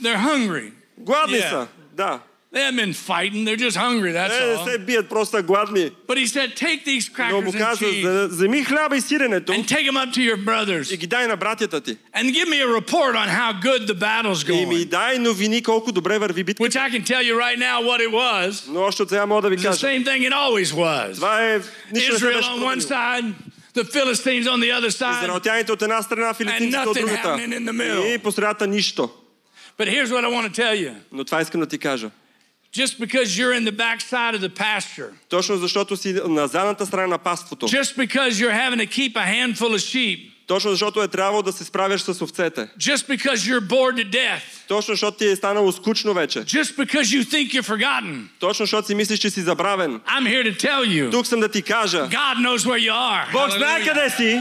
[SPEAKER 1] They're hungry.
[SPEAKER 2] Гладни
[SPEAKER 1] Yeah.
[SPEAKER 2] са. Да.
[SPEAKER 1] They haven't been fighting. They're just hungry. That's
[SPEAKER 2] Те не
[SPEAKER 1] all.
[SPEAKER 2] се бият, просто са гладни.
[SPEAKER 1] But he said, take these
[SPEAKER 2] Но му
[SPEAKER 1] crackers and
[SPEAKER 2] каза,
[SPEAKER 1] cheese
[SPEAKER 2] «За- вземи хляба и сиренето
[SPEAKER 1] and take them up to your brothers
[SPEAKER 2] и ги дай на братята ти.
[SPEAKER 1] and give me a report on how good the battle's
[SPEAKER 2] И ми
[SPEAKER 1] going.
[SPEAKER 2] дай новини колко добре върви битката.
[SPEAKER 1] Which I can tell you right now what it was.
[SPEAKER 2] Но още от сега мога да ви
[SPEAKER 1] The
[SPEAKER 2] кажа.
[SPEAKER 1] same thing it always was.
[SPEAKER 2] Това е нищо не се
[SPEAKER 1] е- Israel
[SPEAKER 2] беше
[SPEAKER 1] on one
[SPEAKER 2] променило.
[SPEAKER 1] side, the Philistines on the other side.
[SPEAKER 2] Израелтяните от една страна, филистимците от
[SPEAKER 1] nothing
[SPEAKER 2] другата.
[SPEAKER 1] happening in the middle.
[SPEAKER 2] И по средата нищо.
[SPEAKER 1] But here's what I want to tell you.
[SPEAKER 2] Но това искам да ти кажа.
[SPEAKER 1] Just because you're in the backside of the pasture,
[SPEAKER 2] Точно защото си на задната страна на паството.
[SPEAKER 1] just because you're having to keep a handful of sheep,
[SPEAKER 2] Точно защото е трябвало да се справяш с овцете.
[SPEAKER 1] just because you're bored to death,
[SPEAKER 2] Точно защото ти е станало скучно вече.
[SPEAKER 1] just because you think you're forgotten,
[SPEAKER 2] Точно защото си мислиш, че си забравен.
[SPEAKER 1] I'm here to tell you
[SPEAKER 2] Тук съм да ти кажа.
[SPEAKER 1] God knows where you are.
[SPEAKER 2] Бог знае
[SPEAKER 1] Hallelujah.
[SPEAKER 2] къде си.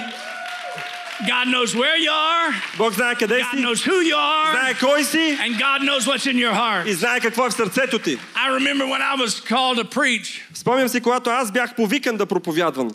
[SPEAKER 1] God knows where you are.
[SPEAKER 2] Бог знае къде
[SPEAKER 1] God
[SPEAKER 2] си.
[SPEAKER 1] knows who you are.
[SPEAKER 2] Знае кой си
[SPEAKER 1] And God knows what's in your heart.
[SPEAKER 2] и знае какво е в сърцето ти.
[SPEAKER 1] I remember when I was called to preach,
[SPEAKER 2] Спомням си, когато аз бях повикан да проповядвам.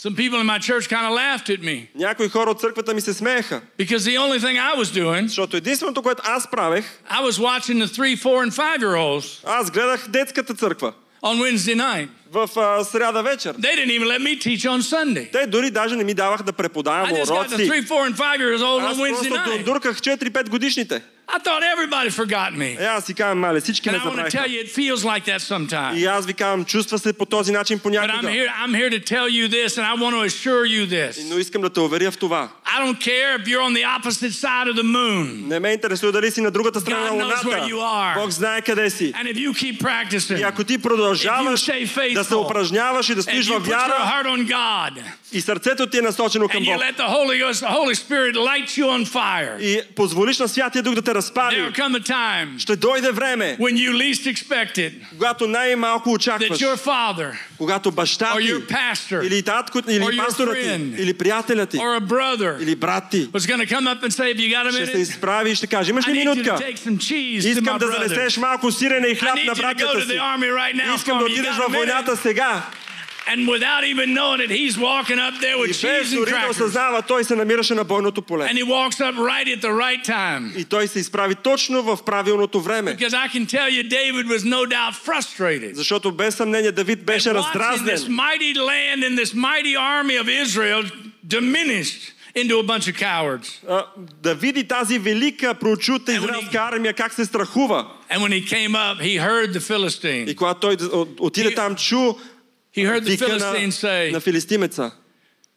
[SPEAKER 1] some people in my church kind of laughed at me
[SPEAKER 2] Някои хора от църквата ми се смееха,
[SPEAKER 1] because the only thing I was doing,
[SPEAKER 2] защото единственото, което аз правех,
[SPEAKER 1] I was watching the three, four, and five year olds
[SPEAKER 2] аз гледах детската църква
[SPEAKER 1] on Wednesday night.
[SPEAKER 2] в а, сряда вечер.
[SPEAKER 1] They didn't even let me teach on Sunday.
[SPEAKER 2] Те дори даже не ми даваха да
[SPEAKER 1] I
[SPEAKER 2] преподавам
[SPEAKER 1] just got the
[SPEAKER 2] уроци.
[SPEAKER 1] three, four, and five years old
[SPEAKER 2] Аз
[SPEAKER 1] on Wednesday
[SPEAKER 2] просто
[SPEAKER 1] night.
[SPEAKER 2] дурках 4-5 годишните.
[SPEAKER 1] I thought everybody forgot me.
[SPEAKER 2] Е, аз си казвам, мале, всички
[SPEAKER 1] And
[SPEAKER 2] ме
[SPEAKER 1] I want to tell
[SPEAKER 2] забравиха.
[SPEAKER 1] you, it feels like that sometimes.
[SPEAKER 2] И аз ви казвам, чувства се по този начин
[SPEAKER 1] But I'm
[SPEAKER 2] понякога.
[SPEAKER 1] here, I'm here to tell you this, and I want to assure you this.
[SPEAKER 2] Но искам да те уверя в това.
[SPEAKER 1] I don't care if you're on the opposite side of the moon,
[SPEAKER 2] Не ме интересува дали си на другата страна на
[SPEAKER 1] God knows where you
[SPEAKER 2] луната.
[SPEAKER 1] are.
[SPEAKER 2] Бог знае къде си.
[SPEAKER 1] and if you keep practicing,
[SPEAKER 2] И
[SPEAKER 1] if
[SPEAKER 2] ако ти
[SPEAKER 1] you
[SPEAKER 2] продължаваш
[SPEAKER 1] stay
[SPEAKER 2] да се
[SPEAKER 1] faithful,
[SPEAKER 2] упражняваш и да
[SPEAKER 1] and
[SPEAKER 2] стоиш
[SPEAKER 1] you
[SPEAKER 2] в
[SPEAKER 1] put your
[SPEAKER 2] вяра
[SPEAKER 1] heart on God,
[SPEAKER 2] и сърцето ти е насочено към
[SPEAKER 1] and you
[SPEAKER 2] Бог
[SPEAKER 1] let the Holy Ghost, the Holy Spirit, light you on fire,
[SPEAKER 2] и позволиш на Святия Дух да те
[SPEAKER 1] there will
[SPEAKER 2] разпали,
[SPEAKER 1] come a time
[SPEAKER 2] ще дойде време,
[SPEAKER 1] when you least expect it
[SPEAKER 2] когато най-малко
[SPEAKER 1] that
[SPEAKER 2] очакваш,
[SPEAKER 1] your father
[SPEAKER 2] когато баща
[SPEAKER 1] or
[SPEAKER 2] ти
[SPEAKER 1] your pastor
[SPEAKER 2] или татко
[SPEAKER 1] or
[SPEAKER 2] или
[SPEAKER 1] your
[SPEAKER 2] пастора ти,
[SPEAKER 1] friend,
[SPEAKER 2] или приятеля ти,
[SPEAKER 1] or a brother
[SPEAKER 2] или брат ти,
[SPEAKER 1] was going to come up and say, Have you got a
[SPEAKER 2] ще се
[SPEAKER 1] minute?
[SPEAKER 2] изправи и ще каже, имаш
[SPEAKER 1] I
[SPEAKER 2] ли
[SPEAKER 1] need you to
[SPEAKER 2] минутка?
[SPEAKER 1] take some cheese to my
[SPEAKER 2] Искам да
[SPEAKER 1] brother.
[SPEAKER 2] занесеш малко сирене и
[SPEAKER 1] I
[SPEAKER 2] хляб
[SPEAKER 1] need
[SPEAKER 2] на
[SPEAKER 1] you to go
[SPEAKER 2] братята
[SPEAKER 1] to the
[SPEAKER 2] си.
[SPEAKER 1] army right now.
[SPEAKER 2] Искам
[SPEAKER 1] for
[SPEAKER 2] да
[SPEAKER 1] me. You
[SPEAKER 2] отидеш
[SPEAKER 1] got a
[SPEAKER 2] във
[SPEAKER 1] minute?
[SPEAKER 2] войната сега.
[SPEAKER 1] And without even knowing it, he's walking up there with
[SPEAKER 2] И без
[SPEAKER 1] cheese and
[SPEAKER 2] дори да
[SPEAKER 1] crackers.
[SPEAKER 2] осъзнава, той се намираше на бойното поле.
[SPEAKER 1] And he walks up right at the right time.
[SPEAKER 2] И той се изправи точно в правилното време.
[SPEAKER 1] Because I can tell you, David was no doubt frustrated.
[SPEAKER 2] Защото без съмнение Давид беше
[SPEAKER 1] And watching this
[SPEAKER 2] раздразнен.
[SPEAKER 1] mighty land and this mighty army of Israel diminished into a bunch of cowards.
[SPEAKER 2] А, Да види тази велика, прочута израелска армия как се страхува.
[SPEAKER 1] And when he came up, he heard the Philistine.
[SPEAKER 2] И когато той от- отиде
[SPEAKER 1] He-
[SPEAKER 2] там, чу
[SPEAKER 1] He heard the
[SPEAKER 2] вика на,
[SPEAKER 1] Philistine say,
[SPEAKER 2] на филистимеца,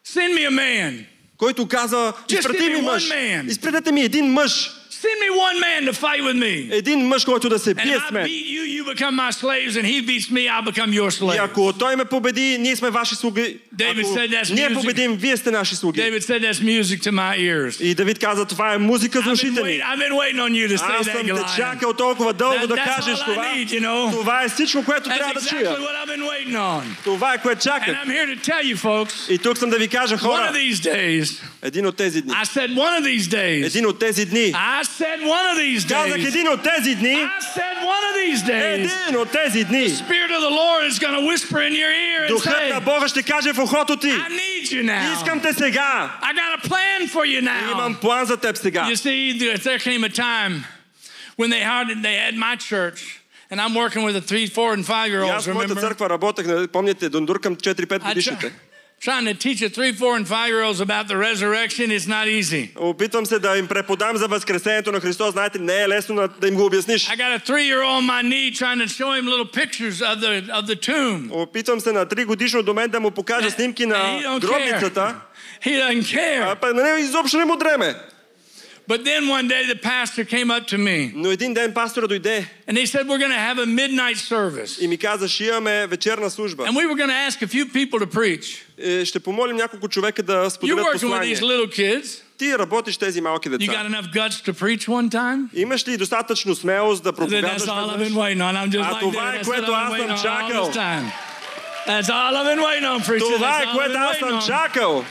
[SPEAKER 1] Send me a man.
[SPEAKER 2] който каза,
[SPEAKER 1] Just
[SPEAKER 2] изпрати
[SPEAKER 1] give me
[SPEAKER 2] ми
[SPEAKER 1] one
[SPEAKER 2] мъж,
[SPEAKER 1] man."
[SPEAKER 2] изпратете ми един мъж,
[SPEAKER 1] Send me one man to fight with me.
[SPEAKER 2] един мъж, който да се
[SPEAKER 1] And
[SPEAKER 2] бие
[SPEAKER 1] if
[SPEAKER 2] с
[SPEAKER 1] I
[SPEAKER 2] мен.
[SPEAKER 1] beat you, you become my slaves. And he beats me, I'll become your
[SPEAKER 2] И
[SPEAKER 1] slave.
[SPEAKER 2] ако той ме победи, ние сме ваши слуги.
[SPEAKER 1] David
[SPEAKER 2] Ако
[SPEAKER 1] said, "That's
[SPEAKER 2] ние
[SPEAKER 1] music."
[SPEAKER 2] победим, вие сте наши слуги.
[SPEAKER 1] David said, That's music to my ears.
[SPEAKER 2] И Давид каза, това е музика за
[SPEAKER 1] I've been,
[SPEAKER 2] ушите
[SPEAKER 1] wait-
[SPEAKER 2] ми.
[SPEAKER 1] I've been waiting on you to say
[SPEAKER 2] Аз
[SPEAKER 1] that,
[SPEAKER 2] съм те
[SPEAKER 1] Goliath.
[SPEAKER 2] чакал толкова дълго
[SPEAKER 1] That-
[SPEAKER 2] да
[SPEAKER 1] that's
[SPEAKER 2] кажеш
[SPEAKER 1] all I
[SPEAKER 2] това.
[SPEAKER 1] need, you know.
[SPEAKER 2] Това е всичко, което трябва
[SPEAKER 1] That's
[SPEAKER 2] да
[SPEAKER 1] exactly what
[SPEAKER 2] чуя.
[SPEAKER 1] I've been waiting on.
[SPEAKER 2] Това е, което
[SPEAKER 1] And
[SPEAKER 2] чаках.
[SPEAKER 1] I'm here to tell you, folks,
[SPEAKER 2] И тук съм да ви кажа,
[SPEAKER 1] one
[SPEAKER 2] хора,
[SPEAKER 1] of these days,
[SPEAKER 2] един от тези дни,
[SPEAKER 1] I said one of these days,
[SPEAKER 2] един от тези дни,
[SPEAKER 1] I said one of these
[SPEAKER 2] казах
[SPEAKER 1] days,
[SPEAKER 2] един от тези дни,
[SPEAKER 1] I said one of these days,
[SPEAKER 2] един от тези дни,
[SPEAKER 1] Spirit of the Lord is going to whisper in your ear and
[SPEAKER 2] Духът
[SPEAKER 1] say,
[SPEAKER 2] на Бога ще каже в ухото ти,
[SPEAKER 1] I need you now.
[SPEAKER 2] искам те сега,
[SPEAKER 1] I got a plan for you now.
[SPEAKER 2] имам план за теб сега.
[SPEAKER 1] You see, there there came a time when they hired, they had my church, and I'm working with the three, four, and five year
[SPEAKER 2] И аз
[SPEAKER 1] olds,
[SPEAKER 2] в моята
[SPEAKER 1] remember?
[SPEAKER 2] църква работех, нали, помните, дондуркам 4-5
[SPEAKER 1] I try,
[SPEAKER 2] годишните.
[SPEAKER 1] trying to teach the three, four, and five year olds about the resurrection is not easy.
[SPEAKER 2] Опитвам се да им преподам за възкресението на Христос. Знаете, не е лесно на- да им го обясниш.
[SPEAKER 1] I got a three-year-old on my knee trying to show him little pictures of the of the tomb.
[SPEAKER 2] Опитвам се на 3 годишно до мен да му покажа снимки
[SPEAKER 1] And
[SPEAKER 2] на
[SPEAKER 1] he don't
[SPEAKER 2] гробницата.
[SPEAKER 1] care. He doesn't
[SPEAKER 2] А
[SPEAKER 1] care.
[SPEAKER 2] па, на него изобщо не му дреме.
[SPEAKER 1] But then one day the pastor came up to me
[SPEAKER 2] Но един ден пастора дойде
[SPEAKER 1] and he said, "We're going to have a midnight service,
[SPEAKER 2] и ми каза, ще имаме вечерна служба.
[SPEAKER 1] and we were going to ask a few people to preach.
[SPEAKER 2] Е, Ще помолим няколко човека да
[SPEAKER 1] You're
[SPEAKER 2] споделят
[SPEAKER 1] working with
[SPEAKER 2] послание.
[SPEAKER 1] these little kids.
[SPEAKER 2] Ти работиш тези малки
[SPEAKER 1] You got
[SPEAKER 2] деца.
[SPEAKER 1] enough guts to preach one time?
[SPEAKER 2] Имаш ли достатъчно смелост да проповядаш?
[SPEAKER 1] That's all I've
[SPEAKER 2] веднъж?
[SPEAKER 1] been waiting on. I'm just
[SPEAKER 2] А
[SPEAKER 1] like
[SPEAKER 2] това е,
[SPEAKER 1] that. That's what
[SPEAKER 2] което
[SPEAKER 1] I've
[SPEAKER 2] аз
[SPEAKER 1] been waiting
[SPEAKER 2] съм
[SPEAKER 1] on all
[SPEAKER 2] чакал.
[SPEAKER 1] this time. That's all I've been waiting on, preacher.
[SPEAKER 2] Това
[SPEAKER 1] That's
[SPEAKER 2] е,
[SPEAKER 1] all I've
[SPEAKER 2] което
[SPEAKER 1] been
[SPEAKER 2] аз
[SPEAKER 1] waiting
[SPEAKER 2] съм
[SPEAKER 1] on.
[SPEAKER 2] чакал.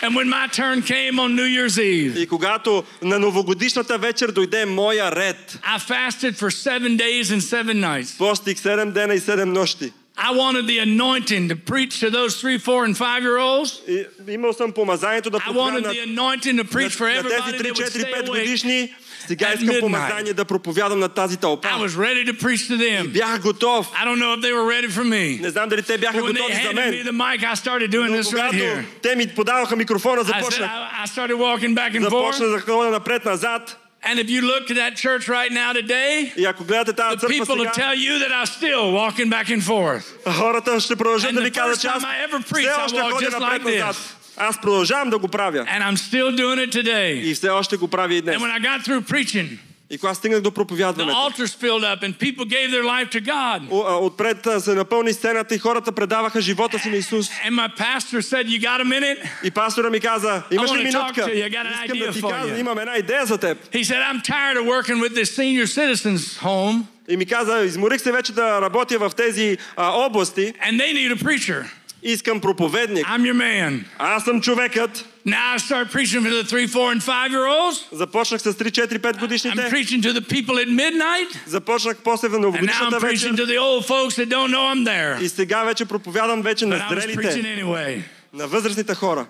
[SPEAKER 1] And when my turn came on New Year's Eve,
[SPEAKER 2] И когато на новогодишната вечер дойде моя ред,
[SPEAKER 1] I fasted for seven days and seven nights.
[SPEAKER 2] постих 7 дена и 7 нощи.
[SPEAKER 1] I wanted the anointing to preach to those three, four, and five year olds.
[SPEAKER 2] И, имал съм помазанието да
[SPEAKER 1] I
[SPEAKER 2] проповядам
[SPEAKER 1] wanted
[SPEAKER 2] на,
[SPEAKER 1] the anointing to
[SPEAKER 2] на,
[SPEAKER 1] preach for
[SPEAKER 2] на тези
[SPEAKER 1] everybody that would
[SPEAKER 2] 3, 4,
[SPEAKER 1] stay awake.
[SPEAKER 2] 5 годишни. Сега
[SPEAKER 1] at
[SPEAKER 2] искам
[SPEAKER 1] midnight.
[SPEAKER 2] помазание да проповядам на тази
[SPEAKER 1] I
[SPEAKER 2] тълпа.
[SPEAKER 1] was ready to preach to them.
[SPEAKER 2] Бях готов.
[SPEAKER 1] I don't know if they were ready for me.
[SPEAKER 2] Не знам дали те бяха
[SPEAKER 1] But when they
[SPEAKER 2] готови за
[SPEAKER 1] handed me
[SPEAKER 2] мен.
[SPEAKER 1] the mic, I started doing this right
[SPEAKER 2] Когато
[SPEAKER 1] here.
[SPEAKER 2] те ми подаваха
[SPEAKER 1] I,
[SPEAKER 2] микрофона,
[SPEAKER 1] said,
[SPEAKER 2] започнах.
[SPEAKER 1] I, I started walking back and forth.
[SPEAKER 2] Започна да ходя напред-назад.
[SPEAKER 1] And if you look at that church right now today,
[SPEAKER 2] И ако гледате тази
[SPEAKER 1] the
[SPEAKER 2] църква
[SPEAKER 1] people will
[SPEAKER 2] сега,
[SPEAKER 1] tell you that I'm still walking back and forth.
[SPEAKER 2] хората ще продължат
[SPEAKER 1] And
[SPEAKER 2] да ви
[SPEAKER 1] the
[SPEAKER 2] кажат,
[SPEAKER 1] first
[SPEAKER 2] че аз
[SPEAKER 1] time I ever
[SPEAKER 2] все
[SPEAKER 1] preached, I
[SPEAKER 2] още
[SPEAKER 1] walked
[SPEAKER 2] ходя
[SPEAKER 1] just like
[SPEAKER 2] напред-назад. Аз продължавам да го правя.
[SPEAKER 1] And I'm still doing it today.
[SPEAKER 2] И все още го правя и днес.
[SPEAKER 1] And when I got through preaching,
[SPEAKER 2] И когато стигнах до
[SPEAKER 1] The
[SPEAKER 2] проповядването,
[SPEAKER 1] altars filled up and people gave their life to God.
[SPEAKER 2] о- а, отпред а, се напълни сцената и хората предаваха живота си на Исус.
[SPEAKER 1] And my pastor said, You got a minute?
[SPEAKER 2] И пастора ми каза, имаш ли
[SPEAKER 1] wanna talk
[SPEAKER 2] минутка?
[SPEAKER 1] to you. I got an
[SPEAKER 2] Искам да
[SPEAKER 1] idea
[SPEAKER 2] ти
[SPEAKER 1] for
[SPEAKER 2] кажа,
[SPEAKER 1] you."
[SPEAKER 2] имам една идея за теб.
[SPEAKER 1] He said, I'm tired of working with this senior citizens home
[SPEAKER 2] И ми каза, изморих се вече да работя в тези а, области.
[SPEAKER 1] and they need a preacher.
[SPEAKER 2] Искам проповедник.
[SPEAKER 1] I'm your man.
[SPEAKER 2] Аз съм човекът.
[SPEAKER 1] Now I start preaching for the three, four, and five year olds.
[SPEAKER 2] Започнах с 3-4-5
[SPEAKER 1] I'm
[SPEAKER 2] годишните.
[SPEAKER 1] preaching to the people at midnight.
[SPEAKER 2] Започнах после в
[SPEAKER 1] And now I'm
[SPEAKER 2] новогодишната
[SPEAKER 1] preaching
[SPEAKER 2] вечер.
[SPEAKER 1] to the old folks that don't know I'm there.
[SPEAKER 2] И сега вече проповядам вече
[SPEAKER 1] But
[SPEAKER 2] на
[SPEAKER 1] I was preaching
[SPEAKER 2] зрелите,
[SPEAKER 1] anyway.
[SPEAKER 2] на възрастните хора.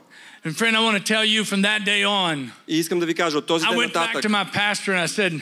[SPEAKER 1] And friend, I want to tell you from that day on,
[SPEAKER 2] И искам да ви кажа, от този
[SPEAKER 1] I
[SPEAKER 2] ден
[SPEAKER 1] went back
[SPEAKER 2] нататък
[SPEAKER 1] to my pastor and I said,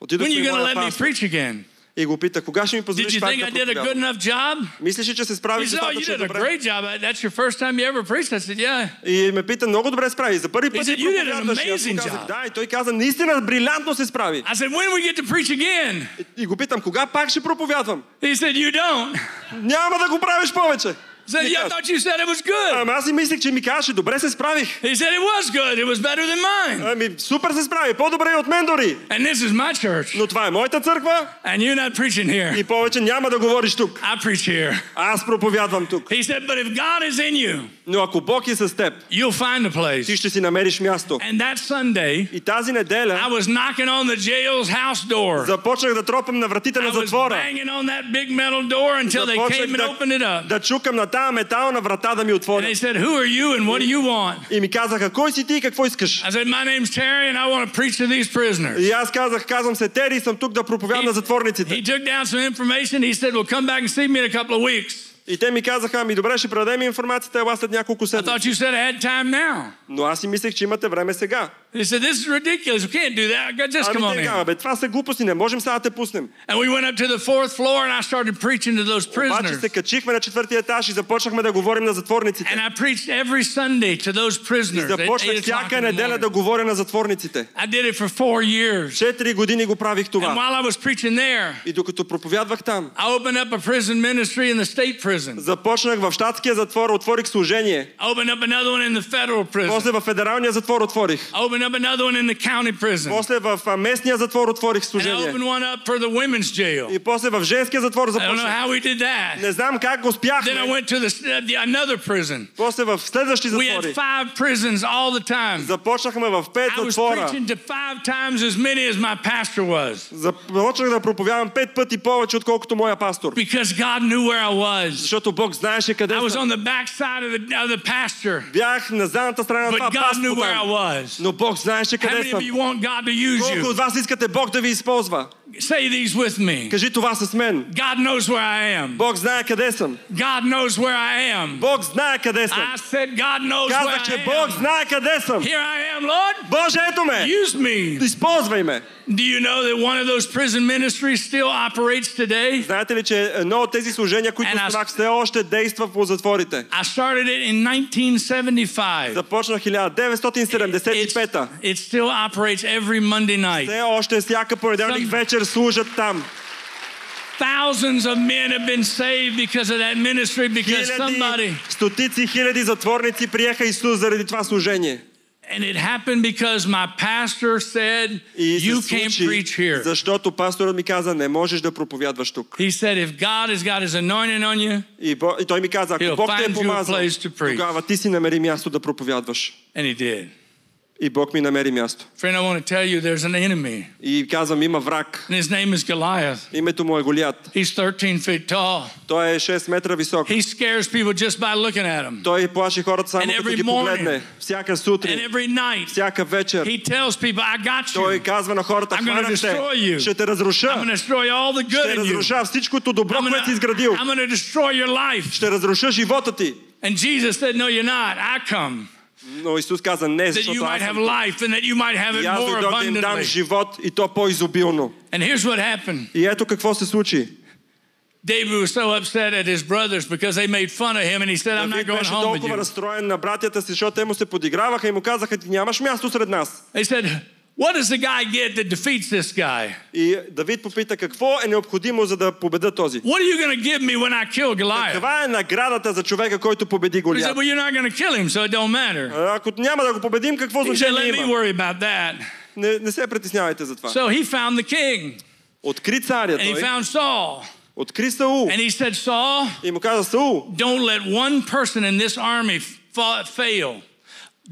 [SPEAKER 2] отидох
[SPEAKER 1] When are you
[SPEAKER 2] при
[SPEAKER 1] going to
[SPEAKER 2] моя
[SPEAKER 1] let me
[SPEAKER 2] пастор
[SPEAKER 1] preach again?
[SPEAKER 2] и го питах, кога ще ми
[SPEAKER 1] Did
[SPEAKER 2] позволиш
[SPEAKER 1] you
[SPEAKER 2] пак
[SPEAKER 1] think I
[SPEAKER 2] да
[SPEAKER 1] did a good
[SPEAKER 2] проповядам?
[SPEAKER 1] enough job?
[SPEAKER 2] Мислеше, че се
[SPEAKER 1] He
[SPEAKER 2] справиш
[SPEAKER 1] said, "Oh, you
[SPEAKER 2] достатъчно
[SPEAKER 1] did a
[SPEAKER 2] добре.
[SPEAKER 1] great job. I- That's your first time you ever preached." I said, "Yeah."
[SPEAKER 2] И ме пита, много добре справи. За първи
[SPEAKER 1] He
[SPEAKER 2] път
[SPEAKER 1] said,
[SPEAKER 2] ти
[SPEAKER 1] "You did an
[SPEAKER 2] проповядваш." И аз му
[SPEAKER 1] amazing
[SPEAKER 2] казах,
[SPEAKER 1] job.
[SPEAKER 2] да. И той каза, наистина брилянтно се справи.
[SPEAKER 1] I said, "When we get to preach again?"
[SPEAKER 2] И го питам, кога пак ще проповядвам?
[SPEAKER 1] He said, "You don't." I
[SPEAKER 2] Няма да го правиш повече.
[SPEAKER 1] said,
[SPEAKER 2] Ми
[SPEAKER 1] "Yeah, I
[SPEAKER 2] каза,
[SPEAKER 1] thought you said it was good."
[SPEAKER 2] Ама аз си мислих, че ми казваше, добре се справих.
[SPEAKER 1] He said, "It was good. It was better than mine."
[SPEAKER 2] Ами, супер се справи, по-добре и от мен дори.
[SPEAKER 1] And this is my church,
[SPEAKER 2] Но това е моята църква
[SPEAKER 1] and you're not preaching here.
[SPEAKER 2] и повече няма да говориш тук.
[SPEAKER 1] I preach here.
[SPEAKER 2] Аз проповядвам тук.
[SPEAKER 1] He said, "But if God is in you,
[SPEAKER 2] Но ако Бог е с теб,
[SPEAKER 1] you'll find a
[SPEAKER 2] ти
[SPEAKER 1] place."
[SPEAKER 2] ще си намериш място.
[SPEAKER 1] And that Sunday,
[SPEAKER 2] И тази
[SPEAKER 1] I
[SPEAKER 2] неделя
[SPEAKER 1] was knocking on the jail's house door.
[SPEAKER 2] започнах да тропам на вратите
[SPEAKER 1] I
[SPEAKER 2] на
[SPEAKER 1] was
[SPEAKER 2] затвора.
[SPEAKER 1] banging on that big metal door until they
[SPEAKER 2] Започнах
[SPEAKER 1] came and
[SPEAKER 2] да,
[SPEAKER 1] opened it up.
[SPEAKER 2] да чукам на тая метална врата да ми
[SPEAKER 1] And they
[SPEAKER 2] отворят.
[SPEAKER 1] said, "Who are you and what do you want?"
[SPEAKER 2] И ми казаха, кой си ти и какво искаш?
[SPEAKER 1] I said, My name's Terry, and I want to preach to these prisoners.
[SPEAKER 2] И аз казах, казвам се Тери, съм тук да проповядам на
[SPEAKER 1] He
[SPEAKER 2] затворниците.
[SPEAKER 1] took down some information. He said, Well, come back and see me in a couple of weeks.
[SPEAKER 2] И те ми казаха, ами добре, ще предадем информацията, ела след няколко
[SPEAKER 1] I
[SPEAKER 2] седмици.
[SPEAKER 1] thought you said I had time now.
[SPEAKER 2] Но аз си мислех, че имате време сега.
[SPEAKER 1] They said, This is ridiculous. We can't do that. God, Just come
[SPEAKER 2] Ами
[SPEAKER 1] on
[SPEAKER 2] те
[SPEAKER 1] in.
[SPEAKER 2] казаха, бе, това са глупости, не можем сега да те пуснем.
[SPEAKER 1] And we went up to the fourth floor and I started preaching to those
[SPEAKER 2] Обаче
[SPEAKER 1] prisoners.
[SPEAKER 2] се качихме на четвъртия етаж и започнахме да говорим на затворниците.
[SPEAKER 1] And I preached every Sunday to those prisoners. at
[SPEAKER 2] Започнах
[SPEAKER 1] 8 o'clock
[SPEAKER 2] всяка
[SPEAKER 1] in the
[SPEAKER 2] неделя да
[SPEAKER 1] morning.
[SPEAKER 2] говоря на затворниците.
[SPEAKER 1] I did it for four years.
[SPEAKER 2] Четири години го правих
[SPEAKER 1] And
[SPEAKER 2] това.
[SPEAKER 1] while I was preaching there,
[SPEAKER 2] И докато проповядвах там,
[SPEAKER 1] I opened up a prison ministry in the state prison.
[SPEAKER 2] започнах в щатския затвор, отворих служение.
[SPEAKER 1] I opened up another one in the federal prison.
[SPEAKER 2] После в федералния затвор отворих.
[SPEAKER 1] I opened up another one in the county prison.
[SPEAKER 2] После в а, местния затвор отворих
[SPEAKER 1] And I
[SPEAKER 2] служение.
[SPEAKER 1] opened one up for the women's jail.
[SPEAKER 2] И после в женския затвор
[SPEAKER 1] I don't know
[SPEAKER 2] започнах.
[SPEAKER 1] how we did that.
[SPEAKER 2] Не знам как го
[SPEAKER 1] Then I
[SPEAKER 2] спяхме.
[SPEAKER 1] went to the, the another prison.
[SPEAKER 2] После в следващи
[SPEAKER 1] We had
[SPEAKER 2] затвори.
[SPEAKER 1] five prisons all the time.
[SPEAKER 2] Започнахме в пет
[SPEAKER 1] I was
[SPEAKER 2] затвора.
[SPEAKER 1] preaching to five times as many as my pastor was
[SPEAKER 2] Започнах да проповядвам пет пъти повече, отколкото моя пастор.
[SPEAKER 1] because God knew where I was.
[SPEAKER 2] Защото Бог знаеше
[SPEAKER 1] I
[SPEAKER 2] къде
[SPEAKER 1] was on
[SPEAKER 2] съм.
[SPEAKER 1] the backside of the, of the pasture,
[SPEAKER 2] Бях на задната страна на това
[SPEAKER 1] but God knew
[SPEAKER 2] пастор.
[SPEAKER 1] where I was.
[SPEAKER 2] Но Бог знаеше
[SPEAKER 1] How
[SPEAKER 2] къде
[SPEAKER 1] many of
[SPEAKER 2] съм.
[SPEAKER 1] you want God to use
[SPEAKER 2] Колко от
[SPEAKER 1] you?
[SPEAKER 2] вас искате Бог да ви използва?
[SPEAKER 1] Say these with me.
[SPEAKER 2] Кажи това с мен.
[SPEAKER 1] God knows where I am.
[SPEAKER 2] Бог знае къде съм.
[SPEAKER 1] God knows where I am.
[SPEAKER 2] Bог знае къде съм.
[SPEAKER 1] I said, God knows where
[SPEAKER 2] Казах, че Бог
[SPEAKER 1] I am.
[SPEAKER 2] знае къде съм.
[SPEAKER 1] Here I am, Lord.
[SPEAKER 2] Боже, ето ме!
[SPEAKER 1] Use me.
[SPEAKER 2] Използвай ме!
[SPEAKER 1] Do you know that one of those prison ministries still operates today?
[SPEAKER 2] Знаете ли, че едно от тези служения, които
[SPEAKER 1] And I-
[SPEAKER 2] споменах, все още действа по затворите.
[SPEAKER 1] I started it in 1975.
[SPEAKER 2] Започна
[SPEAKER 1] It's-
[SPEAKER 2] 1975-та.
[SPEAKER 1] it still operates every Monday night.
[SPEAKER 2] Все още всяка понеделник
[SPEAKER 1] Some-
[SPEAKER 2] вечер служат там.
[SPEAKER 1] Thousands of men have been saved because of that ministry because
[SPEAKER 2] Хиляди,
[SPEAKER 1] somebody
[SPEAKER 2] стотици хиляди затворници приеха Исус заради това служение.
[SPEAKER 1] and it happened because my pastor said
[SPEAKER 2] И
[SPEAKER 1] you
[SPEAKER 2] се
[SPEAKER 1] can't
[SPEAKER 2] случи,
[SPEAKER 1] preach here.
[SPEAKER 2] защото пасторът ми каза, не можеш да проповядваш тук.
[SPEAKER 1] He said if God has got his anointing on you
[SPEAKER 2] И, Бо, и той ми каза,
[SPEAKER 1] He'll
[SPEAKER 2] ако Бог те
[SPEAKER 1] find you
[SPEAKER 2] е
[SPEAKER 1] a
[SPEAKER 2] помазал,
[SPEAKER 1] place to preach."
[SPEAKER 2] тогава ти си намери място да проповядваш.
[SPEAKER 1] and he did.
[SPEAKER 2] И Бог ми намери място.
[SPEAKER 1] Friend, I want to tell you there's an enemy
[SPEAKER 2] И казвам, има враг.
[SPEAKER 1] and his name is Goliath.
[SPEAKER 2] Името му е Голият.
[SPEAKER 1] He's 13 feet tall.
[SPEAKER 2] Той е 6 метра висок.
[SPEAKER 1] He scares people just by looking at him.
[SPEAKER 2] Той плаши хората само
[SPEAKER 1] And
[SPEAKER 2] като
[SPEAKER 1] every
[SPEAKER 2] ги
[SPEAKER 1] morning-
[SPEAKER 2] погледне. Всяка сутрин,
[SPEAKER 1] And every night
[SPEAKER 2] всяка вечер.
[SPEAKER 1] he tells people I got
[SPEAKER 2] Той
[SPEAKER 1] you.
[SPEAKER 2] казва на хората,
[SPEAKER 1] I'm gonna
[SPEAKER 2] хванах
[SPEAKER 1] destroy you.
[SPEAKER 2] те, ще те
[SPEAKER 1] I'm going to
[SPEAKER 2] разруша.
[SPEAKER 1] destroy all the
[SPEAKER 2] Ще
[SPEAKER 1] good in you.
[SPEAKER 2] разруша всичкото добро,
[SPEAKER 1] I'm gonna-
[SPEAKER 2] което си изградил.
[SPEAKER 1] I'm going to destroy your life.
[SPEAKER 2] Ще разруша живота ти.
[SPEAKER 1] And Jesus said, No, you're not. I come
[SPEAKER 2] Но Исус каза, не,
[SPEAKER 1] that you
[SPEAKER 2] защото
[SPEAKER 1] might
[SPEAKER 2] аз
[SPEAKER 1] have
[SPEAKER 2] съм.
[SPEAKER 1] life and that you might have it
[SPEAKER 2] И аз
[SPEAKER 1] more
[SPEAKER 2] дойдох да им дам
[SPEAKER 1] abundantly.
[SPEAKER 2] живот и то по-изобилно.
[SPEAKER 1] And here's what happened
[SPEAKER 2] И ето какво се случи.
[SPEAKER 1] David was so upset at his brothers because they made fun of him, and he said, I'm not
[SPEAKER 2] Давид
[SPEAKER 1] going
[SPEAKER 2] беше
[SPEAKER 1] home with
[SPEAKER 2] толкова
[SPEAKER 1] you.
[SPEAKER 2] разстроен на братята си, защото те му се подиграваха и му казаха, ти нямаш място сред нас.
[SPEAKER 1] They said, What does the guy get that defeats this guy?
[SPEAKER 2] И Давид попита, какво е необходимо, за да победа този?
[SPEAKER 1] What are you going to give me when I kill Goliath?
[SPEAKER 2] Това е наградата за човека, който победи
[SPEAKER 1] He said,
[SPEAKER 2] Голиат.
[SPEAKER 1] Well, you're not going to kill him, so it don't matter.
[SPEAKER 2] А, Ако няма да го победим, какво
[SPEAKER 1] He said, Let
[SPEAKER 2] значение
[SPEAKER 1] me
[SPEAKER 2] има?
[SPEAKER 1] worry about that.
[SPEAKER 2] Не, не се притеснявайте за това.
[SPEAKER 1] So he found the king,
[SPEAKER 2] Откри царя
[SPEAKER 1] and he
[SPEAKER 2] той,
[SPEAKER 1] found Saul.
[SPEAKER 2] откри Саул
[SPEAKER 1] And he said, Saul,
[SPEAKER 2] и му каза, Саул,
[SPEAKER 1] Don't let one person in this army fa- fail.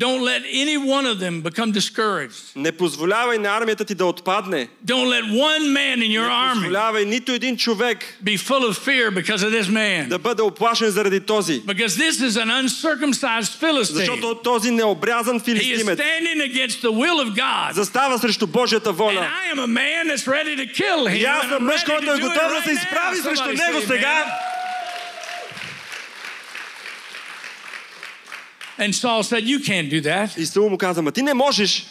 [SPEAKER 1] Don't let any one of them become discouraged.
[SPEAKER 2] не позволявай на армията ти да отпадне.
[SPEAKER 1] Don't let one man in your army
[SPEAKER 2] Позволявай нито един човек
[SPEAKER 1] be full of fear because of this man.
[SPEAKER 2] да бъде оплашен заради този.
[SPEAKER 1] Because this is an uncircumcised Philistine.
[SPEAKER 2] Защото този необрязан
[SPEAKER 1] He is
[SPEAKER 2] филистимец
[SPEAKER 1] standing against the will of God.
[SPEAKER 2] застава срещу Божията
[SPEAKER 1] And
[SPEAKER 2] воля.
[SPEAKER 1] I am a man that's ready to kill him.
[SPEAKER 2] И аз
[SPEAKER 1] and
[SPEAKER 2] съм
[SPEAKER 1] I'm
[SPEAKER 2] мъж,
[SPEAKER 1] ready to
[SPEAKER 2] който е
[SPEAKER 1] do it
[SPEAKER 2] готов да се
[SPEAKER 1] right now.
[SPEAKER 2] изправи срещу
[SPEAKER 1] Somebody
[SPEAKER 2] него
[SPEAKER 1] say
[SPEAKER 2] сега.
[SPEAKER 1] amen. And Saul said, You can't do that.
[SPEAKER 2] И Саул му каза, ма ти не можеш.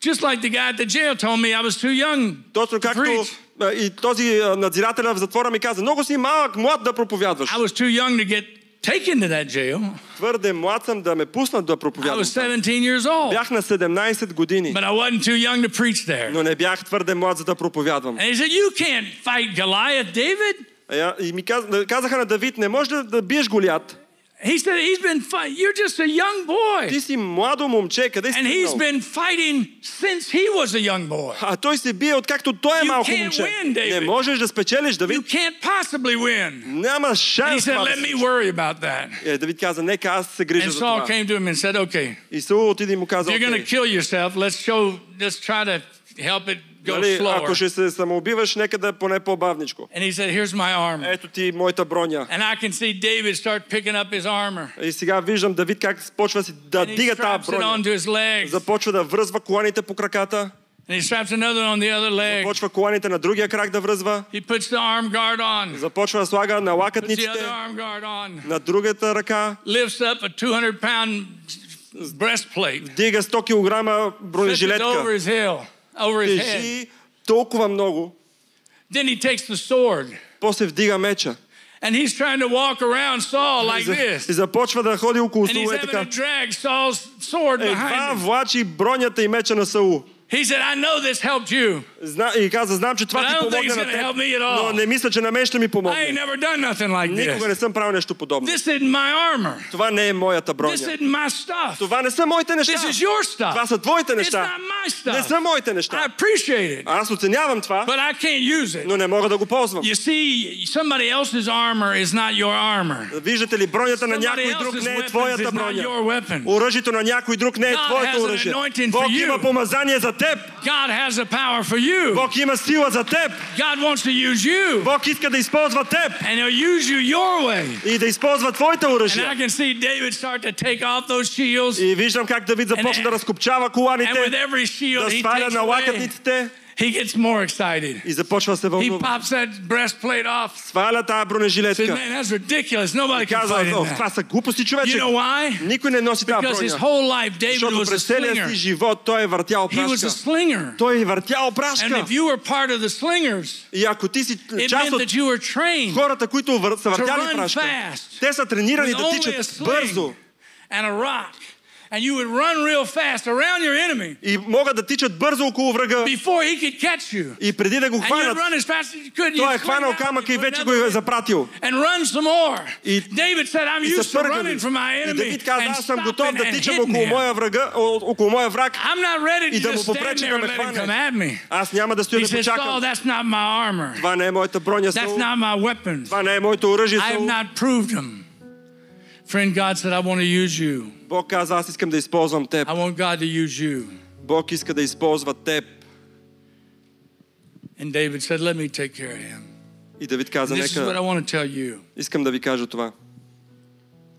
[SPEAKER 1] Just like the guy at the jail told me I was too young.
[SPEAKER 2] Точно както
[SPEAKER 1] Preach.
[SPEAKER 2] а, и този а, надзирателя в затвора ми каза, много си малък, млад да проповядваш.
[SPEAKER 1] I was too young to get taken to that jail.
[SPEAKER 2] Твърде млад съм да ме пуснат да
[SPEAKER 1] I was
[SPEAKER 2] проповядвам.
[SPEAKER 1] 17 years old,
[SPEAKER 2] Бях на 17 години,
[SPEAKER 1] but I wasn't too young to preach there.
[SPEAKER 2] но не бях твърде млад за да проповядвам.
[SPEAKER 1] And he said, You can't fight Goliath, David.
[SPEAKER 2] А я- И ми каз- казаха на Давид, не можеш да, да биеш Голиат.
[SPEAKER 1] He said, He's been fighting. You're just a young boy.
[SPEAKER 2] Ти си младо момче, къде си
[SPEAKER 1] And he's
[SPEAKER 2] стигнал?
[SPEAKER 1] been fighting since he was a young boy.
[SPEAKER 2] А той се бие откакто той е
[SPEAKER 1] You
[SPEAKER 2] малко
[SPEAKER 1] can't
[SPEAKER 2] момче.
[SPEAKER 1] win, David.
[SPEAKER 2] не можеш да спечелиш,
[SPEAKER 1] You
[SPEAKER 2] Давид.
[SPEAKER 1] can't possibly win.
[SPEAKER 2] Няма
[SPEAKER 1] And he
[SPEAKER 2] шанс.
[SPEAKER 1] said,
[SPEAKER 2] това да
[SPEAKER 1] Let
[SPEAKER 2] се
[SPEAKER 1] me
[SPEAKER 2] случи.
[SPEAKER 1] worry about that.
[SPEAKER 2] Е, Давид каза, нека аз се грижа
[SPEAKER 1] And
[SPEAKER 2] за
[SPEAKER 1] Saul
[SPEAKER 2] това.
[SPEAKER 1] came to him and said, Okay,
[SPEAKER 2] И Саул отиде и му каза,
[SPEAKER 1] you're going to
[SPEAKER 2] «Окей,
[SPEAKER 1] kill yourself. Let's show, let's try to help uh, it go
[SPEAKER 2] нали,
[SPEAKER 1] slower.
[SPEAKER 2] ако ще се самоубиваш, нека да е поне по-бавничко.
[SPEAKER 1] And he said, Here's my armor.
[SPEAKER 2] Ето ти моята броня.
[SPEAKER 1] And I can see David start picking up his armor.
[SPEAKER 2] И сега виждам Давид как почва си да
[SPEAKER 1] And he
[SPEAKER 2] дига тази
[SPEAKER 1] straps it
[SPEAKER 2] броня.
[SPEAKER 1] onto his legs.
[SPEAKER 2] Започва да връзва коланите по краката.
[SPEAKER 1] And he straps another on the other leg.
[SPEAKER 2] Почва коланите на другия крак да връзва.
[SPEAKER 1] He puts the arm guard on.
[SPEAKER 2] Започва да слага на
[SPEAKER 1] Puts the other
[SPEAKER 2] лакътниците,
[SPEAKER 1] arm guard on.
[SPEAKER 2] на другата ръка.
[SPEAKER 1] Lifts up a 200 pound breastplate.
[SPEAKER 2] Дига 100
[SPEAKER 1] Puts
[SPEAKER 2] кг
[SPEAKER 1] it over
[SPEAKER 2] бронежилетка.
[SPEAKER 1] his heel, over his head.
[SPEAKER 2] Тежи толкова много.
[SPEAKER 1] Then he takes the sword.
[SPEAKER 2] После вдига меча.
[SPEAKER 1] And he's trying to walk around Saul
[SPEAKER 2] И
[SPEAKER 1] like
[SPEAKER 2] за-
[SPEAKER 1] this.
[SPEAKER 2] И започва да ходи около
[SPEAKER 1] And he's
[SPEAKER 2] Саул е
[SPEAKER 1] having to
[SPEAKER 2] така.
[SPEAKER 1] drag Saul's sword
[SPEAKER 2] Едва
[SPEAKER 1] behind him.
[SPEAKER 2] влачи бронята и меча на Саул.
[SPEAKER 1] He said, I know this helped you.
[SPEAKER 2] Зна... И каза, знам, че
[SPEAKER 1] But
[SPEAKER 2] това
[SPEAKER 1] I
[SPEAKER 2] ти
[SPEAKER 1] don't think
[SPEAKER 2] помогна
[SPEAKER 1] it's
[SPEAKER 2] на
[SPEAKER 1] gonna help me
[SPEAKER 2] теб,
[SPEAKER 1] at all.
[SPEAKER 2] но не мисля, че на мен ще ми
[SPEAKER 1] I ain't
[SPEAKER 2] помогне.
[SPEAKER 1] never done nothing like
[SPEAKER 2] Никога не
[SPEAKER 1] this.
[SPEAKER 2] съм правил нещо подобно.
[SPEAKER 1] This isn't my armor.
[SPEAKER 2] Това не е моята
[SPEAKER 1] This
[SPEAKER 2] броня.
[SPEAKER 1] isn't my stuff.
[SPEAKER 2] Това не са моите неща.
[SPEAKER 1] This is your
[SPEAKER 2] Това
[SPEAKER 1] stuff.
[SPEAKER 2] са твоите
[SPEAKER 1] It's
[SPEAKER 2] неща.
[SPEAKER 1] not my
[SPEAKER 2] Не
[SPEAKER 1] stuff.
[SPEAKER 2] са моите
[SPEAKER 1] I
[SPEAKER 2] неща.
[SPEAKER 1] appreciate it,
[SPEAKER 2] Аз оценявам това,
[SPEAKER 1] but I can't use it.
[SPEAKER 2] но не мога да го ползвам.
[SPEAKER 1] You see, somebody else's armor is not your armor.
[SPEAKER 2] Виждате ли, бронята на
[SPEAKER 1] Somebody
[SPEAKER 2] някой друг
[SPEAKER 1] else's
[SPEAKER 2] не е
[SPEAKER 1] weapons
[SPEAKER 2] твоята
[SPEAKER 1] is not your
[SPEAKER 2] броня.
[SPEAKER 1] weapon.
[SPEAKER 2] Оръжието на някой друг не е
[SPEAKER 1] God has
[SPEAKER 2] твоето
[SPEAKER 1] an
[SPEAKER 2] оръжие.
[SPEAKER 1] anointing for
[SPEAKER 2] Бог
[SPEAKER 1] you.
[SPEAKER 2] има помазание за теб.
[SPEAKER 1] God has a power for you.
[SPEAKER 2] Бог има сила за теб.
[SPEAKER 1] God wants to use you,
[SPEAKER 2] Бог иска да използва теб
[SPEAKER 1] and He'll use you your way.
[SPEAKER 2] и да използва твоите
[SPEAKER 1] And I
[SPEAKER 2] оръжия.
[SPEAKER 1] can see David start to take off those shields,
[SPEAKER 2] И виждам как Давид започна
[SPEAKER 1] And-
[SPEAKER 2] да разкопчава
[SPEAKER 1] and with
[SPEAKER 2] коланите,
[SPEAKER 1] every
[SPEAKER 2] да
[SPEAKER 1] shield he
[SPEAKER 2] сваля
[SPEAKER 1] takes
[SPEAKER 2] на
[SPEAKER 1] away,
[SPEAKER 2] лакътниците
[SPEAKER 1] he gets more excited.
[SPEAKER 2] и започва да се
[SPEAKER 1] He
[SPEAKER 2] вълнува.
[SPEAKER 1] pops that breastplate off.
[SPEAKER 2] Сваля тая
[SPEAKER 1] Says,
[SPEAKER 2] бронежилетка.
[SPEAKER 1] man, that's ridiculous. Nobody can
[SPEAKER 2] Казва,
[SPEAKER 1] fight in
[SPEAKER 2] о,
[SPEAKER 1] that.
[SPEAKER 2] това са глупости,
[SPEAKER 1] You
[SPEAKER 2] човече.
[SPEAKER 1] know why?
[SPEAKER 2] Никой не носи тази
[SPEAKER 1] Because his
[SPEAKER 2] броня.
[SPEAKER 1] whole life, David
[SPEAKER 2] Защото
[SPEAKER 1] was a
[SPEAKER 2] през целия
[SPEAKER 1] slinger.
[SPEAKER 2] си живот той е въртял
[SPEAKER 1] He was
[SPEAKER 2] прашка.
[SPEAKER 1] a slinger.
[SPEAKER 2] Той е въртял
[SPEAKER 1] And
[SPEAKER 2] прашка.
[SPEAKER 1] if you were part of the slingers,
[SPEAKER 2] И ако ти си
[SPEAKER 1] it
[SPEAKER 2] част
[SPEAKER 1] meant
[SPEAKER 2] от
[SPEAKER 1] that you were trained
[SPEAKER 2] хората, които вър- са
[SPEAKER 1] run
[SPEAKER 2] въртяли прашка,
[SPEAKER 1] fast
[SPEAKER 2] те са тренирани
[SPEAKER 1] with
[SPEAKER 2] да
[SPEAKER 1] only a
[SPEAKER 2] тичат
[SPEAKER 1] sling
[SPEAKER 2] бързо
[SPEAKER 1] and a rock. And you would run real fast around your enemy
[SPEAKER 2] и могат да тичат бързо около врага
[SPEAKER 1] before he could catch you.
[SPEAKER 2] и преди да го
[SPEAKER 1] And you'd
[SPEAKER 2] хванат,
[SPEAKER 1] run as fast as you could.
[SPEAKER 2] той е
[SPEAKER 1] You'd swing
[SPEAKER 2] хванал
[SPEAKER 1] out,
[SPEAKER 2] камъка и
[SPEAKER 1] you'd
[SPEAKER 2] вече
[SPEAKER 1] run
[SPEAKER 2] го е
[SPEAKER 1] another way.
[SPEAKER 2] запратил.
[SPEAKER 1] and run some more.
[SPEAKER 2] И-
[SPEAKER 1] David said, I'm
[SPEAKER 2] И
[SPEAKER 1] used
[SPEAKER 2] са
[SPEAKER 1] to running
[SPEAKER 2] пъргали.
[SPEAKER 1] from my
[SPEAKER 2] И
[SPEAKER 1] enemy
[SPEAKER 2] Давид каза,
[SPEAKER 1] and
[SPEAKER 2] аз съм готов
[SPEAKER 1] stopping
[SPEAKER 2] да
[SPEAKER 1] and
[SPEAKER 2] тичам
[SPEAKER 1] hitting
[SPEAKER 2] около
[SPEAKER 1] him.
[SPEAKER 2] моя, врага, о- около моя враг.
[SPEAKER 1] I'm not ready to
[SPEAKER 2] И да му
[SPEAKER 1] just stand
[SPEAKER 2] попреча да
[SPEAKER 1] there and
[SPEAKER 2] ме
[SPEAKER 1] let him
[SPEAKER 2] хване.
[SPEAKER 1] come at me.
[SPEAKER 2] Аз няма да стоя
[SPEAKER 1] He
[SPEAKER 2] да
[SPEAKER 1] says, Saul,
[SPEAKER 2] почакам.
[SPEAKER 1] that's not my armor.
[SPEAKER 2] Това не е моята броня,
[SPEAKER 1] That's
[SPEAKER 2] Саул.
[SPEAKER 1] not my weapons.
[SPEAKER 2] Това не е моето оръжие,
[SPEAKER 1] I have
[SPEAKER 2] Саул.
[SPEAKER 1] not proved them. Friend, God said, I want to use you.
[SPEAKER 2] Бог каза, аз искам да използвам теб.
[SPEAKER 1] I want God to use you.
[SPEAKER 2] Бог иска да използва теб.
[SPEAKER 1] And David said, Let me take care of him.
[SPEAKER 2] И Давид каза,
[SPEAKER 1] This is what I
[SPEAKER 2] нека
[SPEAKER 1] want to tell you.
[SPEAKER 2] искам да ви кажа това.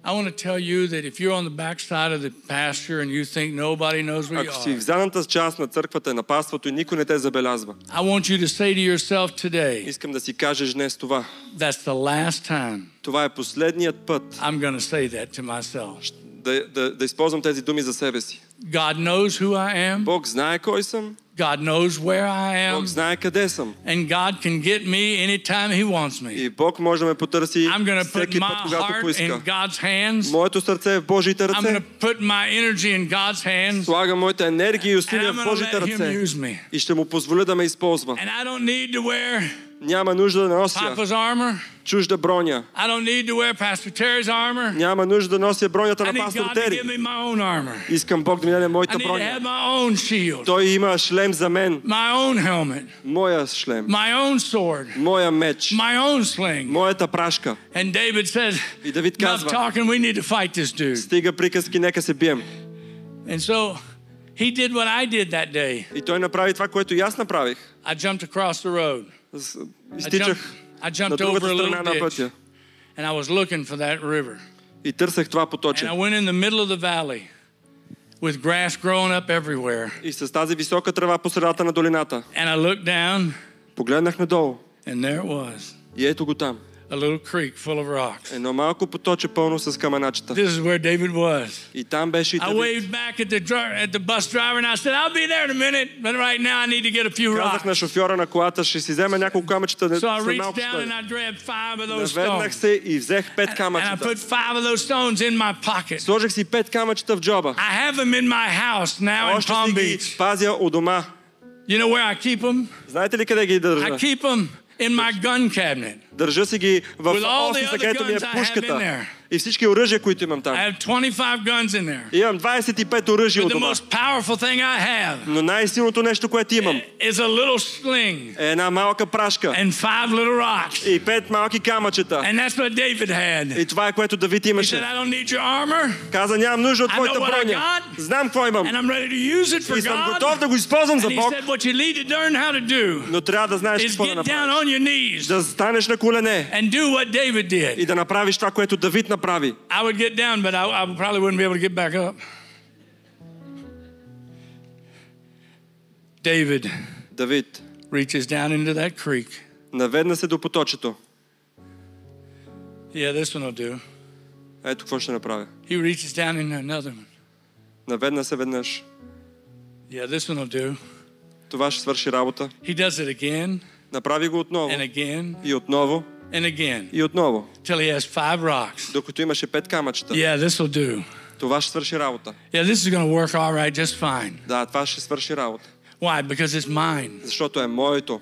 [SPEAKER 1] I want to tell you that if you're on the backside of the pasture and you think nobody knows where you
[SPEAKER 2] Ако си
[SPEAKER 1] are,
[SPEAKER 2] в задната част на църквата, на паството и никой не те забелязва,
[SPEAKER 1] I want you to say to yourself today,
[SPEAKER 2] искам да си кажеш днес това.
[SPEAKER 1] that's the last time
[SPEAKER 2] Това е последният път
[SPEAKER 1] I'm going to say that to myself.
[SPEAKER 2] да, да, да използвам тези думи за себе си.
[SPEAKER 1] God knows who I am.
[SPEAKER 2] Бог знае кой съм,
[SPEAKER 1] God knows where I
[SPEAKER 2] Бог
[SPEAKER 1] am.
[SPEAKER 2] знае къде съм.
[SPEAKER 1] And God can get me anytime He wants me.
[SPEAKER 2] И Бог може да ме потърси
[SPEAKER 1] I'm going to put
[SPEAKER 2] всеки
[SPEAKER 1] my
[SPEAKER 2] път, когато
[SPEAKER 1] heart in
[SPEAKER 2] поиска.
[SPEAKER 1] God's hands.
[SPEAKER 2] Моето сърце е в Божиите
[SPEAKER 1] I'm going
[SPEAKER 2] ръце.
[SPEAKER 1] to пut my energy in God's hands.
[SPEAKER 2] Слагам моите енергии и
[SPEAKER 1] And I'm
[SPEAKER 2] усилия в
[SPEAKER 1] going to
[SPEAKER 2] Божите
[SPEAKER 1] let Him
[SPEAKER 2] ръце.
[SPEAKER 1] use me.
[SPEAKER 2] И ще му позволя да ме използва.
[SPEAKER 1] And I don't need to wear
[SPEAKER 2] Няма нужда да нося
[SPEAKER 1] Papa's armor.
[SPEAKER 2] чужда броня.
[SPEAKER 1] I don't need to wear Pastor Terry's armor.
[SPEAKER 2] Няма нужда да нося бронята
[SPEAKER 1] I
[SPEAKER 2] на
[SPEAKER 1] need
[SPEAKER 2] пастор
[SPEAKER 1] God to give
[SPEAKER 2] Тери.
[SPEAKER 1] me my own armor.
[SPEAKER 2] Искам Бог да ми даде
[SPEAKER 1] I
[SPEAKER 2] моята
[SPEAKER 1] need to
[SPEAKER 2] броня.
[SPEAKER 1] have my own shield,
[SPEAKER 2] Той има шлем за мен.
[SPEAKER 1] my own helmet,
[SPEAKER 2] Моя шлем.
[SPEAKER 1] my own sword,
[SPEAKER 2] Моя меч.
[SPEAKER 1] my own sling.
[SPEAKER 2] Моята прашка.
[SPEAKER 1] And David says,
[SPEAKER 2] И Давид
[SPEAKER 1] Enough
[SPEAKER 2] казва,
[SPEAKER 1] talking, we need to fight this dude.
[SPEAKER 2] стига приказки, нека се бием.
[SPEAKER 1] And so he did what I did that day.
[SPEAKER 2] И той направи това, което и аз направих.
[SPEAKER 1] I jumped across the road.
[SPEAKER 2] С-
[SPEAKER 1] I jumped,
[SPEAKER 2] Изтичах
[SPEAKER 1] I
[SPEAKER 2] на
[SPEAKER 1] jumped over
[SPEAKER 2] другата
[SPEAKER 1] a
[SPEAKER 2] страна
[SPEAKER 1] little
[SPEAKER 2] на
[SPEAKER 1] ditch,
[SPEAKER 2] пътя.
[SPEAKER 1] and I was looking for that river.
[SPEAKER 2] И търсех това
[SPEAKER 1] And I
[SPEAKER 2] поточе.
[SPEAKER 1] went in the middle of the valley with grass growing up everywhere.
[SPEAKER 2] И с тази висока тръва по средата на долината.
[SPEAKER 1] And I looked down,
[SPEAKER 2] Погледнах надолу.
[SPEAKER 1] and there it was
[SPEAKER 2] И ето го там.
[SPEAKER 1] a little creek full of rocks.
[SPEAKER 2] Едно малко поточе пълно с камъначета.
[SPEAKER 1] This is where David was.
[SPEAKER 2] И там беше и
[SPEAKER 1] I
[SPEAKER 2] Давид.
[SPEAKER 1] waved back at the, dri- at the bus driver and I said, I'll be there in a minute, but right now I need to get a few
[SPEAKER 2] Казах
[SPEAKER 1] rocks.
[SPEAKER 2] на шофьора на колата, ще си взема няколко камъчета.
[SPEAKER 1] So
[SPEAKER 2] да-
[SPEAKER 1] I
[SPEAKER 2] След
[SPEAKER 1] reached
[SPEAKER 2] малко ще
[SPEAKER 1] down and I
[SPEAKER 2] дойде.
[SPEAKER 1] grabbed five of those
[SPEAKER 2] Наведнах
[SPEAKER 1] stones.
[SPEAKER 2] се и взех пет
[SPEAKER 1] And I
[SPEAKER 2] камъчета.
[SPEAKER 1] put five of those stones in my pocket.
[SPEAKER 2] Сложих си пет камъчета в джоба.
[SPEAKER 1] I have them in my house now in
[SPEAKER 2] Още си
[SPEAKER 1] Palm
[SPEAKER 2] ги
[SPEAKER 1] Beach.
[SPEAKER 2] пазя у дома.
[SPEAKER 1] You know where I keep them?
[SPEAKER 2] Знаете ли къде ги
[SPEAKER 1] I
[SPEAKER 2] държа?
[SPEAKER 1] keep them in my gun cabinet.
[SPEAKER 2] Държа си ги в
[SPEAKER 1] With all the
[SPEAKER 2] офиса,
[SPEAKER 1] other
[SPEAKER 2] където ми е
[SPEAKER 1] guns I have in there.
[SPEAKER 2] пушката. И всички оръжия, които имам
[SPEAKER 1] I
[SPEAKER 2] там.
[SPEAKER 1] have 25 guns in there.
[SPEAKER 2] Имам 25 оръжия
[SPEAKER 1] But
[SPEAKER 2] у
[SPEAKER 1] the
[SPEAKER 2] дома.
[SPEAKER 1] most powerful thing I have
[SPEAKER 2] Но най-силното нещо, което имам,
[SPEAKER 1] is a little sling
[SPEAKER 2] е една малка прашка
[SPEAKER 1] and five little rocks.
[SPEAKER 2] и пет малки камъчета.
[SPEAKER 1] And that's what David had.
[SPEAKER 2] И това е което Давид
[SPEAKER 1] He said,
[SPEAKER 2] имаше.
[SPEAKER 1] I don't need your armor,
[SPEAKER 2] Каза, нямам нужда от
[SPEAKER 1] I know
[SPEAKER 2] твоята
[SPEAKER 1] what I
[SPEAKER 2] броня.
[SPEAKER 1] got.
[SPEAKER 2] Знам какво имам.
[SPEAKER 1] and I'm ready to use it for
[SPEAKER 2] И съм
[SPEAKER 1] God.
[SPEAKER 2] готов да го използвам за
[SPEAKER 1] And he
[SPEAKER 2] Бог,
[SPEAKER 1] said, What you need to learn how to do
[SPEAKER 2] но трябва да знаеш
[SPEAKER 1] is
[SPEAKER 2] какво да
[SPEAKER 1] get down
[SPEAKER 2] направиш.
[SPEAKER 1] on your knees
[SPEAKER 2] Да станеш на колене
[SPEAKER 1] and do what David did.
[SPEAKER 2] и да направиш това, което Давид направи.
[SPEAKER 1] I would get down, but I, I probably wouldn't be able to get back up. David
[SPEAKER 2] Давид
[SPEAKER 1] reaches down into that creek.
[SPEAKER 2] наведна се до поточето.
[SPEAKER 1] Yeah, this one will do.
[SPEAKER 2] Ето какво ще направя.
[SPEAKER 1] He reaches down into another one.
[SPEAKER 2] Наведна се веднъж.
[SPEAKER 1] Yeah, this one will do.
[SPEAKER 2] Това ще свърши работа.
[SPEAKER 1] He does it again
[SPEAKER 2] Направи го отново.
[SPEAKER 1] and again
[SPEAKER 2] И отново.
[SPEAKER 1] and again
[SPEAKER 2] И отново.
[SPEAKER 1] till he has five rocks.
[SPEAKER 2] Докато имаше пет камъчета.
[SPEAKER 1] Yeah, this will do.
[SPEAKER 2] Това ще свърши работа.
[SPEAKER 1] Yeah, this is going to work all right, just fine.
[SPEAKER 2] Да, това ще свърши работа.
[SPEAKER 1] Why? Because it's mine.
[SPEAKER 2] Защото е моето.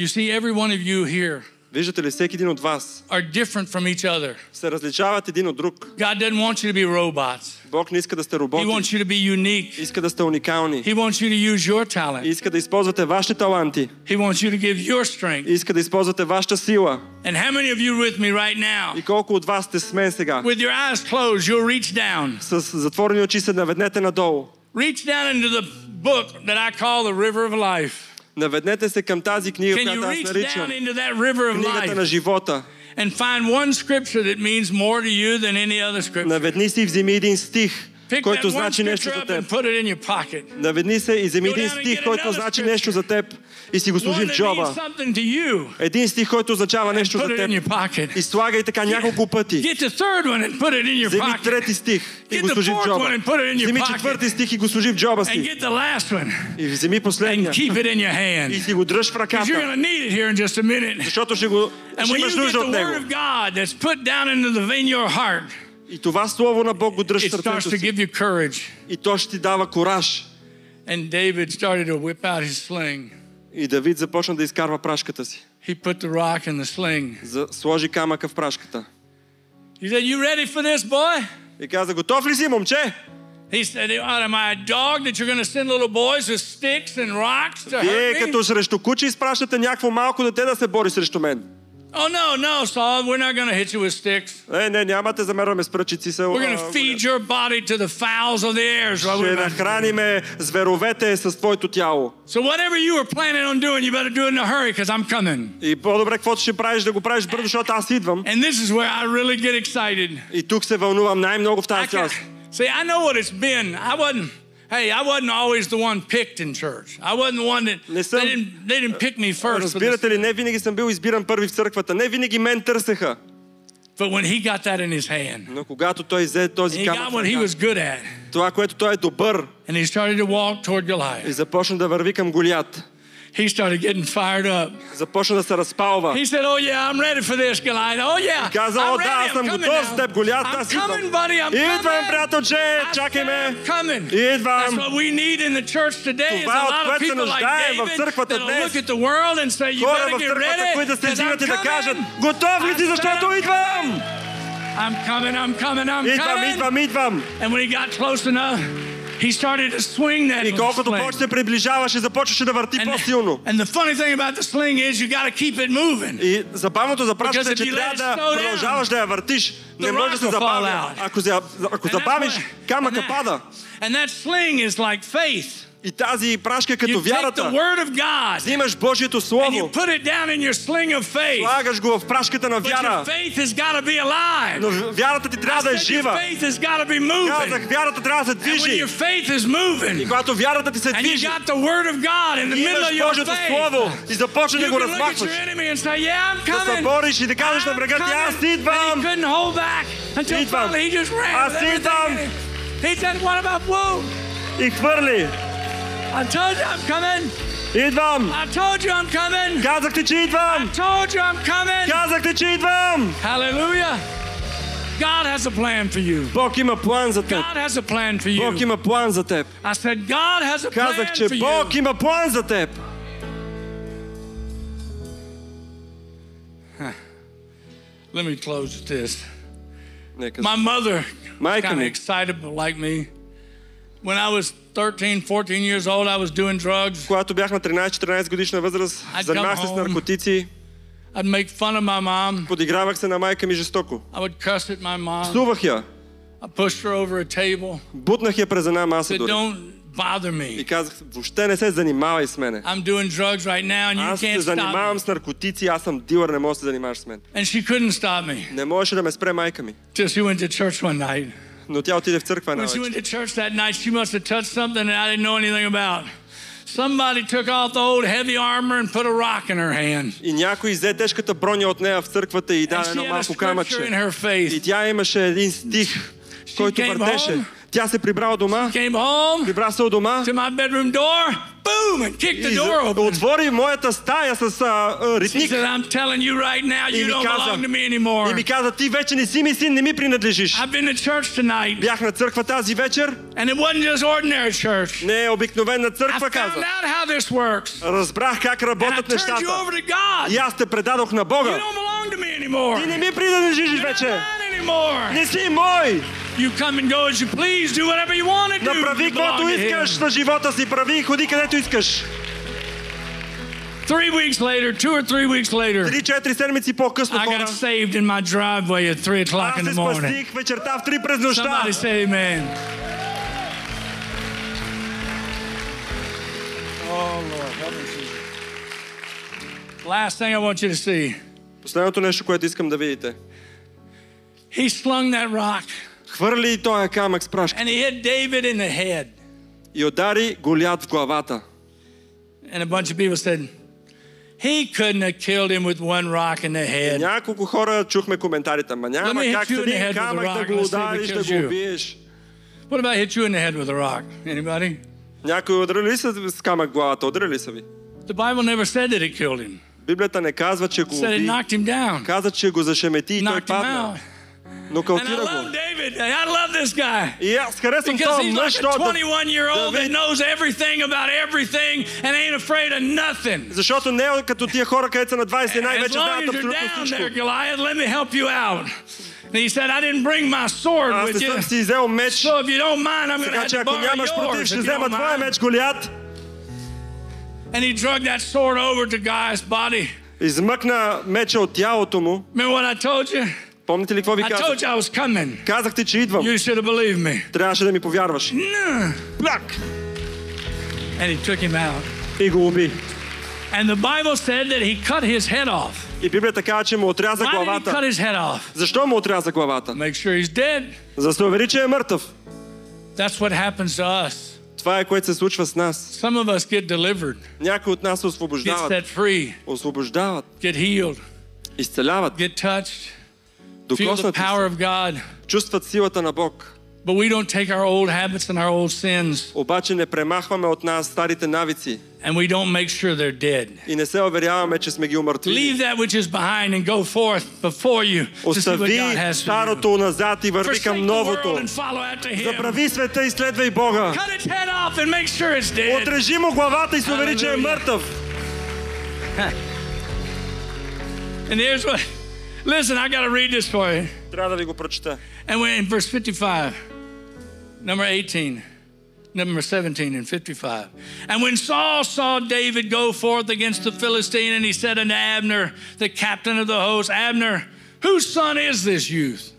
[SPEAKER 1] You see, every one of you here
[SPEAKER 2] Виждате ли, всеки един от вас
[SPEAKER 1] are different from each other.
[SPEAKER 2] се различават един от друг.
[SPEAKER 1] God doesn't want you to be robots.
[SPEAKER 2] Бог не иска да сте
[SPEAKER 1] He
[SPEAKER 2] роботи.
[SPEAKER 1] wants you to be unique.
[SPEAKER 2] Иска да сте уникални.
[SPEAKER 1] He wants you to use your talent.
[SPEAKER 2] Иска да използвате вашите таланти.
[SPEAKER 1] He wants you to give your strength.
[SPEAKER 2] Иска да използвате вашата сила.
[SPEAKER 1] And how many of you are with me right now?
[SPEAKER 2] И колко от вас сте с мен сега?
[SPEAKER 1] With your eyes closed, you'll reach down.
[SPEAKER 2] С затворени очи се наведнете надолу.
[SPEAKER 1] Reach down into the book that I call the River of Life.
[SPEAKER 2] Наведнете се към тази книга,
[SPEAKER 1] Can
[SPEAKER 2] която
[SPEAKER 1] you
[SPEAKER 2] аз
[SPEAKER 1] reach down
[SPEAKER 2] наричам
[SPEAKER 1] into that river of
[SPEAKER 2] книгата на
[SPEAKER 1] life
[SPEAKER 2] живота.
[SPEAKER 1] and find one scripture that means more to you than any other scripture?
[SPEAKER 2] Наведни си и вземи един стих,
[SPEAKER 1] Pick that
[SPEAKER 2] който
[SPEAKER 1] one
[SPEAKER 2] значи нещо
[SPEAKER 1] scripture
[SPEAKER 2] за
[SPEAKER 1] up and
[SPEAKER 2] теб.
[SPEAKER 1] put it in your pocket.
[SPEAKER 2] Наведни се и вземи
[SPEAKER 1] Go
[SPEAKER 2] един
[SPEAKER 1] down and
[SPEAKER 2] стих,
[SPEAKER 1] get
[SPEAKER 2] който
[SPEAKER 1] another
[SPEAKER 2] значи
[SPEAKER 1] scripture.
[SPEAKER 2] нещо за теб и си го
[SPEAKER 1] One
[SPEAKER 2] служи в
[SPEAKER 1] that means
[SPEAKER 2] джоба.
[SPEAKER 1] something to you.
[SPEAKER 2] Един стих, който означава нещо
[SPEAKER 1] Put
[SPEAKER 2] за
[SPEAKER 1] it in your
[SPEAKER 2] теб.
[SPEAKER 1] pocket.
[SPEAKER 2] И слагай така няколко пъти.
[SPEAKER 1] Get the third one and put it in your
[SPEAKER 2] Вземи
[SPEAKER 1] pocket.
[SPEAKER 2] трети стих и
[SPEAKER 1] Get
[SPEAKER 2] го
[SPEAKER 1] the
[SPEAKER 2] служи в
[SPEAKER 1] fourth
[SPEAKER 2] джоба.
[SPEAKER 1] one and put it in your
[SPEAKER 2] Вземи
[SPEAKER 1] pocket.
[SPEAKER 2] четвърти стих и го служи в джоба
[SPEAKER 1] And
[SPEAKER 2] си.
[SPEAKER 1] get the last one
[SPEAKER 2] И вземи
[SPEAKER 1] and
[SPEAKER 2] последния.
[SPEAKER 1] keep it in your hand.
[SPEAKER 2] И си го дръж в
[SPEAKER 1] 'Cause You're
[SPEAKER 2] ръката,
[SPEAKER 1] going to need it here in just a minute.
[SPEAKER 2] защото ще, го,
[SPEAKER 1] And
[SPEAKER 2] ще
[SPEAKER 1] when you
[SPEAKER 2] имаш
[SPEAKER 1] get
[SPEAKER 2] нужда
[SPEAKER 1] the
[SPEAKER 2] от
[SPEAKER 1] word
[SPEAKER 2] него.
[SPEAKER 1] of God that's put down into the in your heart,
[SPEAKER 2] И това слово на Бог го дръж в
[SPEAKER 1] it starts
[SPEAKER 2] сърцето
[SPEAKER 1] to
[SPEAKER 2] си.
[SPEAKER 1] give you courage.
[SPEAKER 2] И то ще ти дава кораж.
[SPEAKER 1] And David started to whip out his sling.
[SPEAKER 2] И Давид започна да изкарва прашката си.
[SPEAKER 1] He put the rock in the sling.
[SPEAKER 2] За, сложи камъка в прашката.
[SPEAKER 1] He said, "You ready for this, boy?"
[SPEAKER 2] И каза, готов ли си, момче?
[SPEAKER 1] He said, "What, "Am I a dog that you're going to send little boys with sticks and rocks to
[SPEAKER 2] Вие
[SPEAKER 1] hurt me?"
[SPEAKER 2] Е, като срещу куче изпращате някакво малко дете да се бори срещу мен.
[SPEAKER 1] Oh no, no, Saul, we're not going to hit you with sticks.
[SPEAKER 2] Е, не, няма да те замерваме с пръчици. Се,
[SPEAKER 1] Oh, We're going to feed your body to the fowls of the air. is what
[SPEAKER 2] ще
[SPEAKER 1] we're gonna do.
[SPEAKER 2] нахраниме зверовете с твоето тяло.
[SPEAKER 1] So whatever you were planning on doing, you better do it in a hurry because I'm coming.
[SPEAKER 2] И по-добре, каквото ще правиш, да го правиш бързо, защото аз идвам.
[SPEAKER 1] And this is where I really get excited.
[SPEAKER 2] И тук се вълнувам най-много в
[SPEAKER 1] I
[SPEAKER 2] тази
[SPEAKER 1] can,
[SPEAKER 2] част.
[SPEAKER 1] see, I know what it's been. I wasn't. Hey, I wasn't always the one picked in church. I wasn't the one that they
[SPEAKER 2] Listen.
[SPEAKER 1] didn't, they didn't pick me first. For this.
[SPEAKER 2] Разбирате ли, не винаги съм бил избиран първи в църквата. Не винаги мен търсеха.
[SPEAKER 1] But when he got that in his hand,
[SPEAKER 2] Но когато той взе този
[SPEAKER 1] he
[SPEAKER 2] камък,
[SPEAKER 1] got
[SPEAKER 2] в
[SPEAKER 1] what he
[SPEAKER 2] ръка,
[SPEAKER 1] was good at,
[SPEAKER 2] това, което той е добър,
[SPEAKER 1] and he started to walk toward
[SPEAKER 2] и
[SPEAKER 1] Goliath.
[SPEAKER 2] започна да върви към Голият.
[SPEAKER 1] He started getting fired up.
[SPEAKER 2] Започна да се разпалва.
[SPEAKER 1] He said, "Oh yeah, I'm ready for this, Goliath. Oh yeah,
[SPEAKER 2] Каза, о
[SPEAKER 1] I'm
[SPEAKER 2] да,
[SPEAKER 1] ready.
[SPEAKER 2] аз съм
[SPEAKER 1] I'm coming
[SPEAKER 2] готов с
[SPEAKER 1] now.
[SPEAKER 2] теб, Голият,
[SPEAKER 1] I'm
[SPEAKER 2] аз идвам.
[SPEAKER 1] coming, buddy. I'm
[SPEAKER 2] Идвам,
[SPEAKER 1] coming.
[SPEAKER 2] приятелче,
[SPEAKER 1] I
[SPEAKER 2] чакай
[SPEAKER 1] said,
[SPEAKER 2] ме.
[SPEAKER 1] I'm coming. That's
[SPEAKER 2] Идвам.
[SPEAKER 1] what we need in the church today is a
[SPEAKER 2] Това, от
[SPEAKER 1] lot of
[SPEAKER 2] което се
[SPEAKER 1] people like
[SPEAKER 2] нуждаем в
[SPEAKER 1] David
[SPEAKER 2] църквата
[SPEAKER 1] that'll
[SPEAKER 2] днес.
[SPEAKER 1] look at the world and say, you
[SPEAKER 2] Хора
[SPEAKER 1] better
[SPEAKER 2] в
[SPEAKER 1] get
[SPEAKER 2] църквата,
[SPEAKER 1] ready
[SPEAKER 2] които да се
[SPEAKER 1] 'cause I'm
[SPEAKER 2] издигат и да кажат,
[SPEAKER 1] coming.
[SPEAKER 2] готов ли си,
[SPEAKER 1] I'm
[SPEAKER 2] защото
[SPEAKER 1] coming.
[SPEAKER 2] идвам?
[SPEAKER 1] I'm coming, I'm coming, I'm
[SPEAKER 2] Идвам,
[SPEAKER 1] coming.
[SPEAKER 2] идвам, идвам.
[SPEAKER 1] And when he got close enough, he started to swing that
[SPEAKER 2] И колкото
[SPEAKER 1] sling.
[SPEAKER 2] повече се приближаваше, започваше да
[SPEAKER 1] Е,
[SPEAKER 2] върти по-силно.
[SPEAKER 1] And, and the funny thing about the sling is you got to keep it moving.
[SPEAKER 2] И забавното за прашката
[SPEAKER 1] Because
[SPEAKER 2] е,
[SPEAKER 1] if
[SPEAKER 2] че
[SPEAKER 1] you let
[SPEAKER 2] трябва
[SPEAKER 1] it
[SPEAKER 2] да
[SPEAKER 1] slow down,
[SPEAKER 2] продължаваш да я въртиш. Не
[SPEAKER 1] the
[SPEAKER 2] може да
[SPEAKER 1] rock
[SPEAKER 2] се
[SPEAKER 1] will fall
[SPEAKER 2] забавя.
[SPEAKER 1] out.
[SPEAKER 2] Ако, за- ако
[SPEAKER 1] And that's
[SPEAKER 2] забавиш,
[SPEAKER 1] what-
[SPEAKER 2] камъка
[SPEAKER 1] and that-
[SPEAKER 2] пада.
[SPEAKER 1] And that sling is like faith.
[SPEAKER 2] И тази прашка е
[SPEAKER 1] You
[SPEAKER 2] като
[SPEAKER 1] take the
[SPEAKER 2] вярата.
[SPEAKER 1] word of God
[SPEAKER 2] Взимаш Божието
[SPEAKER 1] and you
[SPEAKER 2] Слово,
[SPEAKER 1] put it down in your sling of faith.
[SPEAKER 2] слагаш го в прашката на
[SPEAKER 1] But your
[SPEAKER 2] вяра.
[SPEAKER 1] faith has got to be alive.
[SPEAKER 2] Но вярата ти трябва да е
[SPEAKER 1] Said your
[SPEAKER 2] жива.
[SPEAKER 1] faith has got to be
[SPEAKER 2] Казах,
[SPEAKER 1] moving.
[SPEAKER 2] вярата трябва да се
[SPEAKER 1] And when
[SPEAKER 2] движи.
[SPEAKER 1] your faith is moving,
[SPEAKER 2] Когато вярата ти се
[SPEAKER 1] and you
[SPEAKER 2] движи,
[SPEAKER 1] got the word of God in the
[SPEAKER 2] и
[SPEAKER 1] middle of
[SPEAKER 2] имаш
[SPEAKER 1] your
[SPEAKER 2] Божието Слово
[SPEAKER 1] faith,
[SPEAKER 2] и започваш
[SPEAKER 1] you
[SPEAKER 2] да го
[SPEAKER 1] can look at your
[SPEAKER 2] размахваш.
[SPEAKER 1] enemy and say, "Yeah, I'm
[SPEAKER 2] Да се
[SPEAKER 1] coming."
[SPEAKER 2] бориш и да кажеш на
[SPEAKER 1] I'm
[SPEAKER 2] врага ти, аз
[SPEAKER 1] coming. And he
[SPEAKER 2] идвам.
[SPEAKER 1] couldn't hold back until
[SPEAKER 2] Идвам.
[SPEAKER 1] finally he just ran.
[SPEAKER 2] Аз
[SPEAKER 1] with everything
[SPEAKER 2] идвам.
[SPEAKER 1] in him. He said, "What about whoa?
[SPEAKER 2] И хвърли.
[SPEAKER 1] I told you I'm coming.
[SPEAKER 2] Идвам.
[SPEAKER 1] I told you I'm coming.
[SPEAKER 2] Казах ти, че идвам.
[SPEAKER 1] Told you I'm coming."
[SPEAKER 2] Казах ти, че идвам.
[SPEAKER 1] Hallelujah. God has a plan for you.
[SPEAKER 2] Бог има план за теб.
[SPEAKER 1] God has a plan for you.
[SPEAKER 2] Бог има план за теб.
[SPEAKER 1] I said, God has a plan
[SPEAKER 2] Казах, че
[SPEAKER 1] for
[SPEAKER 2] Бог
[SPEAKER 1] you.
[SPEAKER 2] има план за теб.
[SPEAKER 1] Let me close with this.
[SPEAKER 2] Neka
[SPEAKER 1] My mother,
[SPEAKER 2] Майка
[SPEAKER 1] kind of
[SPEAKER 2] ми,
[SPEAKER 1] excitable like me. When I was 13, 14 years old, I was doing drugs.
[SPEAKER 2] когато бях на 13-14 годишна възраст,
[SPEAKER 1] come
[SPEAKER 2] занимах се с
[SPEAKER 1] home.
[SPEAKER 2] наркотици,
[SPEAKER 1] I'd make fun of my mom.
[SPEAKER 2] подигравах се на майка ми жестоко.
[SPEAKER 1] I would cuss at my mom.
[SPEAKER 2] Псувах я,
[SPEAKER 1] I pushed her over a table.
[SPEAKER 2] бутнах я през една маса
[SPEAKER 1] Said,
[SPEAKER 2] дори.
[SPEAKER 1] don't bother
[SPEAKER 2] И
[SPEAKER 1] me.
[SPEAKER 2] казах, въобще не се занимавай с мене.
[SPEAKER 1] I'm doing drugs right now and you
[SPEAKER 2] Аз се
[SPEAKER 1] can't stop
[SPEAKER 2] занимавам
[SPEAKER 1] me.
[SPEAKER 2] с наркотици, аз съм дилър, не можеш да се занимаваш с мен.
[SPEAKER 1] And she couldn't stop me.
[SPEAKER 2] Не можеше да ме спре майка ми.
[SPEAKER 1] Till she went to church one night.
[SPEAKER 2] Но тя отиде в църква една
[SPEAKER 1] When she
[SPEAKER 2] вечер.
[SPEAKER 1] went to church that night, she must have touched something that I didn't know anything about. Somebody took off the old heavy armor and put a rock in her hand.
[SPEAKER 2] И някой взе тежката броня от нея в църквата и
[SPEAKER 1] And
[SPEAKER 2] даде
[SPEAKER 1] she
[SPEAKER 2] едно
[SPEAKER 1] had a
[SPEAKER 2] малко
[SPEAKER 1] scripture in
[SPEAKER 2] камъче.
[SPEAKER 1] her
[SPEAKER 2] И
[SPEAKER 1] face.
[SPEAKER 2] тя имаше един стих, който
[SPEAKER 1] came home.
[SPEAKER 2] въртеше. Тя се прибра от дома,
[SPEAKER 1] Came home
[SPEAKER 2] прибра се от дома
[SPEAKER 1] to my bedroom door, boom, and kicked the
[SPEAKER 2] и
[SPEAKER 1] door
[SPEAKER 2] за-
[SPEAKER 1] open.
[SPEAKER 2] отвори моята стая с а, а,
[SPEAKER 1] She
[SPEAKER 2] ритник
[SPEAKER 1] said, I'm telling you right now, you
[SPEAKER 2] mi
[SPEAKER 1] don't
[SPEAKER 2] kaza.
[SPEAKER 1] belong to me
[SPEAKER 2] и
[SPEAKER 1] anymore.
[SPEAKER 2] ми каза, ти вече не си ми син, не ми принадлежиш.
[SPEAKER 1] I've been to church tonight,
[SPEAKER 2] Бях на църква тази вечер,
[SPEAKER 1] and it wasn't just ordinary church.
[SPEAKER 2] не е обикновена
[SPEAKER 1] I
[SPEAKER 2] църква,
[SPEAKER 1] found
[SPEAKER 2] каза.
[SPEAKER 1] out how this works.
[SPEAKER 2] Разбрах как
[SPEAKER 1] And I
[SPEAKER 2] работят
[SPEAKER 1] turned you
[SPEAKER 2] нещата.
[SPEAKER 1] over to God.
[SPEAKER 2] И
[SPEAKER 1] You
[SPEAKER 2] аз те предадох на Бога.
[SPEAKER 1] don't belong to me anymore.
[SPEAKER 2] Ти не ми принадлежиш
[SPEAKER 1] You're not
[SPEAKER 2] вече.
[SPEAKER 1] mine anymore.
[SPEAKER 2] Не си мой!
[SPEAKER 1] You come and go as you please, do whatever you want to do. You
[SPEAKER 2] Направи
[SPEAKER 1] belong
[SPEAKER 2] каквото
[SPEAKER 1] to Him.
[SPEAKER 2] искаш на живота си, прави и ходи където искаш.
[SPEAKER 1] Three weeks later, two or three weeks later,
[SPEAKER 2] Три-четири седмици по-късно,
[SPEAKER 1] I
[SPEAKER 2] хора.
[SPEAKER 1] got saved in my driveway at three o'clock
[SPEAKER 2] Аз
[SPEAKER 1] in the
[SPEAKER 2] се
[SPEAKER 1] morning.
[SPEAKER 2] спастих вечерта в три през нощта.
[SPEAKER 1] Somebody say amen. Last thing I want you to see.
[SPEAKER 2] Последното нещо, което искам да видите.
[SPEAKER 1] He slung that rock
[SPEAKER 2] Хвърли този камък с прашка
[SPEAKER 1] and he hit David in the head.
[SPEAKER 2] и удари голят в главата.
[SPEAKER 1] And a bunch of people said, He couldn't have killed him with one rock in the head.
[SPEAKER 2] Няколко хора чухме коментарите, ма
[SPEAKER 1] Let
[SPEAKER 2] няма
[SPEAKER 1] me hit
[SPEAKER 2] как
[SPEAKER 1] you
[SPEAKER 2] с
[SPEAKER 1] in the head
[SPEAKER 2] един
[SPEAKER 1] with a
[SPEAKER 2] камък да
[SPEAKER 1] rock.
[SPEAKER 2] го
[SPEAKER 1] Let's see if it
[SPEAKER 2] удариш, да
[SPEAKER 1] kills you.
[SPEAKER 2] го убиеш.
[SPEAKER 1] What about hit you in the head with a rock? Anybody?
[SPEAKER 2] Някой ударили ли са с камък в главата? Ударили ли са ви?
[SPEAKER 1] The Bible never said that it killed him.
[SPEAKER 2] Библията не казва, че го
[SPEAKER 1] It said it
[SPEAKER 2] уби.
[SPEAKER 1] knocked him down.
[SPEAKER 2] Каза, че го зашемети и той
[SPEAKER 1] Knocked him
[SPEAKER 2] падна.
[SPEAKER 1] out.
[SPEAKER 2] Но
[SPEAKER 1] And I
[SPEAKER 2] калтира
[SPEAKER 1] love
[SPEAKER 2] го.
[SPEAKER 1] David. And I love this guy.
[SPEAKER 2] И аз харесвам
[SPEAKER 1] Because
[SPEAKER 2] този
[SPEAKER 1] he's like
[SPEAKER 2] мъж,
[SPEAKER 1] a
[SPEAKER 2] но да
[SPEAKER 1] 21 year old that
[SPEAKER 2] David-
[SPEAKER 1] knows everything about everything and ain't afraid of nothing.
[SPEAKER 2] Защото не е като тия хора, където са на 21 и
[SPEAKER 1] As
[SPEAKER 2] вече
[SPEAKER 1] long
[SPEAKER 2] знаят
[SPEAKER 1] as you're
[SPEAKER 2] абсолютно
[SPEAKER 1] down
[SPEAKER 2] всичко.
[SPEAKER 1] there, Goliath, let me help you out. And he said, I didn't bring my sword
[SPEAKER 2] Аз не
[SPEAKER 1] with you.
[SPEAKER 2] съм си взел меч,
[SPEAKER 1] So if you don't mind, I'm going to
[SPEAKER 2] така
[SPEAKER 1] have
[SPEAKER 2] че
[SPEAKER 1] to
[SPEAKER 2] ако
[SPEAKER 1] borrow
[SPEAKER 2] нямаш против,
[SPEAKER 1] yours.
[SPEAKER 2] ще
[SPEAKER 1] If you
[SPEAKER 2] взема
[SPEAKER 1] don't
[SPEAKER 2] твоя
[SPEAKER 1] mind.
[SPEAKER 2] меч, Голиат.
[SPEAKER 1] And he drug that sword over to Guy's body.
[SPEAKER 2] Измъкна меча от тялото му.
[SPEAKER 1] Remember what I told you?
[SPEAKER 2] Помните ли какво ви
[SPEAKER 1] I
[SPEAKER 2] казах?
[SPEAKER 1] told you I was coming.
[SPEAKER 2] Казах ти, че идвам.
[SPEAKER 1] You should have believed me.
[SPEAKER 2] Трябваше да ми повярваш.
[SPEAKER 1] Nah.
[SPEAKER 2] Пляк!
[SPEAKER 1] And he took him out.
[SPEAKER 2] И го уби.
[SPEAKER 1] And the Bible said that he cut his head off.
[SPEAKER 2] И Библията казва, че му отряза
[SPEAKER 1] Why did he cut
[SPEAKER 2] главата.
[SPEAKER 1] his head off?
[SPEAKER 2] Защо му отряза главата?
[SPEAKER 1] Make sure he's dead.
[SPEAKER 2] За да се увери, че е мъртъв.
[SPEAKER 1] That's what happens to us.
[SPEAKER 2] Това е което се случва с нас.
[SPEAKER 1] Some of us get delivered,
[SPEAKER 2] Някои от нас се
[SPEAKER 1] get
[SPEAKER 2] освобождават.
[SPEAKER 1] set free,
[SPEAKER 2] Освобождават.
[SPEAKER 1] get healed,
[SPEAKER 2] Изцеляват.
[SPEAKER 1] get touched, feel the
[SPEAKER 2] Докоснат
[SPEAKER 1] power of God.
[SPEAKER 2] чувстват силата на Бог.
[SPEAKER 1] But we don't take our old habits and our old sins
[SPEAKER 2] Обаче не премахваме от нас старите навици
[SPEAKER 1] and we don't make sure they're dead.
[SPEAKER 2] и не се уверяваме, че сме ги умъртвили.
[SPEAKER 1] Leave that which is behind and go forth before you to see what God has
[SPEAKER 2] Остави
[SPEAKER 1] for you.
[SPEAKER 2] старото назад и върви
[SPEAKER 1] Forsake
[SPEAKER 2] към
[SPEAKER 1] the world
[SPEAKER 2] новото.
[SPEAKER 1] and follow after Him.
[SPEAKER 2] Заправи света и следвай Бога.
[SPEAKER 1] Cut its head off and make sure it's dead.
[SPEAKER 2] Отрежи му главата и се увери, че е
[SPEAKER 1] Алелуя.
[SPEAKER 2] мъртъв.
[SPEAKER 1] And here's what. Listen, I got to read this for you.
[SPEAKER 2] Трябва да ви го прочета.
[SPEAKER 1] And we're in verse 55, number 18, number 17, and 55. And when Saul saw David go forth against the Philistine, and he said unto Abner, the captain of the host, Abner, whose son is this youth?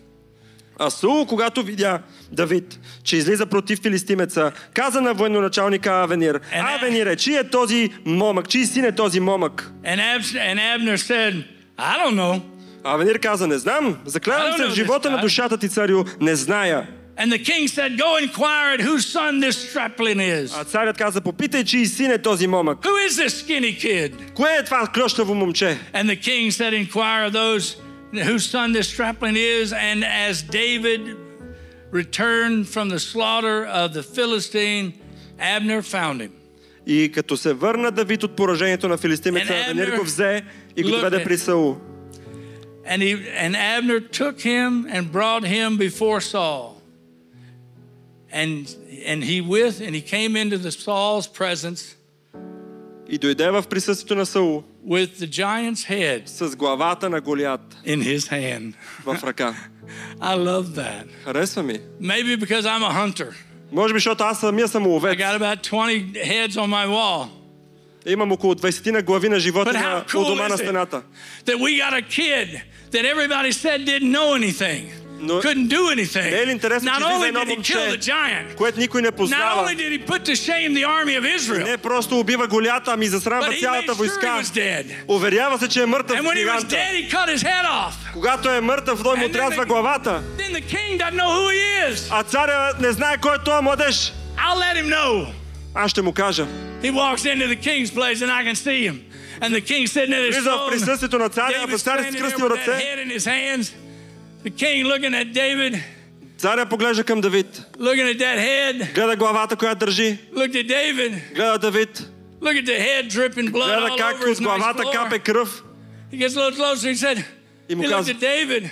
[SPEAKER 2] А Сул, когато видя Давид, че излиза против филистимеца, каза на военноначалника Авенир,
[SPEAKER 1] Ене.
[SPEAKER 2] Авенире, чий е този момък, чий син е този момък?
[SPEAKER 1] And, Ab- and Abner said, I don't know.
[SPEAKER 2] Авенир каза, не знам,
[SPEAKER 1] I don't
[SPEAKER 2] заклявам се
[SPEAKER 1] know
[SPEAKER 2] в
[SPEAKER 1] this
[SPEAKER 2] живота на
[SPEAKER 1] guy.
[SPEAKER 2] душата ти, царю, не зная.
[SPEAKER 1] And the king said, Go inquire at whose son this strapling is.
[SPEAKER 2] А царят каза, попитай, чий син е този момък.
[SPEAKER 1] Who is this skinny kid?
[SPEAKER 2] Кое е това клющаво момче?
[SPEAKER 1] And the king said, Inquire of those whose son this strapling is. And as David returned from the slaughter of the Philistine, Abner found him.
[SPEAKER 2] И като се върна Давид от поражението на филистимеца,
[SPEAKER 1] And Abner
[SPEAKER 2] Авенир го взе и го
[SPEAKER 1] looked
[SPEAKER 2] доведе
[SPEAKER 1] at-
[SPEAKER 2] при Саул.
[SPEAKER 1] And, he, and Abner took him and brought him before Saul. And, and he with and he came into the Saul's presence
[SPEAKER 2] И дойде в присъствието на Саул
[SPEAKER 1] with the giant's head
[SPEAKER 2] с главата на Голиат
[SPEAKER 1] in his hand.
[SPEAKER 2] в ръка.
[SPEAKER 1] I love that.
[SPEAKER 2] Харесва ми.
[SPEAKER 1] Maybe because I'm a hunter.
[SPEAKER 2] Може би, защото аз самия съм
[SPEAKER 1] I
[SPEAKER 2] овец.
[SPEAKER 1] got about 20 heads on my wall.
[SPEAKER 2] Имам около 20 на глави на живота
[SPEAKER 1] But how
[SPEAKER 2] на,
[SPEAKER 1] cool
[SPEAKER 2] у дома
[SPEAKER 1] is
[SPEAKER 2] на
[SPEAKER 1] it?
[SPEAKER 2] стената.
[SPEAKER 1] that we got a kid that everybody said didn't know anything,
[SPEAKER 2] No.
[SPEAKER 1] couldn't do anything.
[SPEAKER 2] Не е ли интересно,
[SPEAKER 1] Not
[SPEAKER 2] че излиза
[SPEAKER 1] only
[SPEAKER 2] едно
[SPEAKER 1] did he kill the
[SPEAKER 2] момче,
[SPEAKER 1] giant,
[SPEAKER 2] което никой не
[SPEAKER 1] not
[SPEAKER 2] познава.
[SPEAKER 1] only did he put to shame the army of Israel,
[SPEAKER 2] Не просто убива Голията, ами
[SPEAKER 1] but
[SPEAKER 2] засрамва
[SPEAKER 1] he made
[SPEAKER 2] цялата
[SPEAKER 1] sure he
[SPEAKER 2] войска.
[SPEAKER 1] was dead.
[SPEAKER 2] Уверява се, че е мъртъв
[SPEAKER 1] And when he was
[SPEAKER 2] гиганта.
[SPEAKER 1] dead, he cut his head off.
[SPEAKER 2] Когато е мъртъв, той му
[SPEAKER 1] And then
[SPEAKER 2] отрязва
[SPEAKER 1] they-
[SPEAKER 2] главата.
[SPEAKER 1] Then the king doesn't know who he is.
[SPEAKER 2] А царя не знае кой е този младеж.
[SPEAKER 1] I'll let him know.
[SPEAKER 2] Аз ще му кажа.
[SPEAKER 1] He walks into the king's place and I can see him. And the king sitting at his
[SPEAKER 2] Влиза в
[SPEAKER 1] throne.
[SPEAKER 2] присъствието на царя, а
[SPEAKER 1] David's
[SPEAKER 2] царят
[SPEAKER 1] standing there
[SPEAKER 2] скръстил
[SPEAKER 1] with that
[SPEAKER 2] ръце.
[SPEAKER 1] head in his hands. The king looking at David,
[SPEAKER 2] Царя поглежда към Давид.
[SPEAKER 1] looking at that head,
[SPEAKER 2] Гледа главата, която държи.
[SPEAKER 1] looked at David,
[SPEAKER 2] Гледа Давид.
[SPEAKER 1] look at the head dripping blood
[SPEAKER 2] Гледа
[SPEAKER 1] all
[SPEAKER 2] как
[SPEAKER 1] over
[SPEAKER 2] от
[SPEAKER 1] his nice
[SPEAKER 2] главата
[SPEAKER 1] floor.
[SPEAKER 2] капе кръв.
[SPEAKER 1] He gets a little closer. He said,
[SPEAKER 2] И
[SPEAKER 1] he
[SPEAKER 2] му
[SPEAKER 1] looked
[SPEAKER 2] казва.
[SPEAKER 1] at David.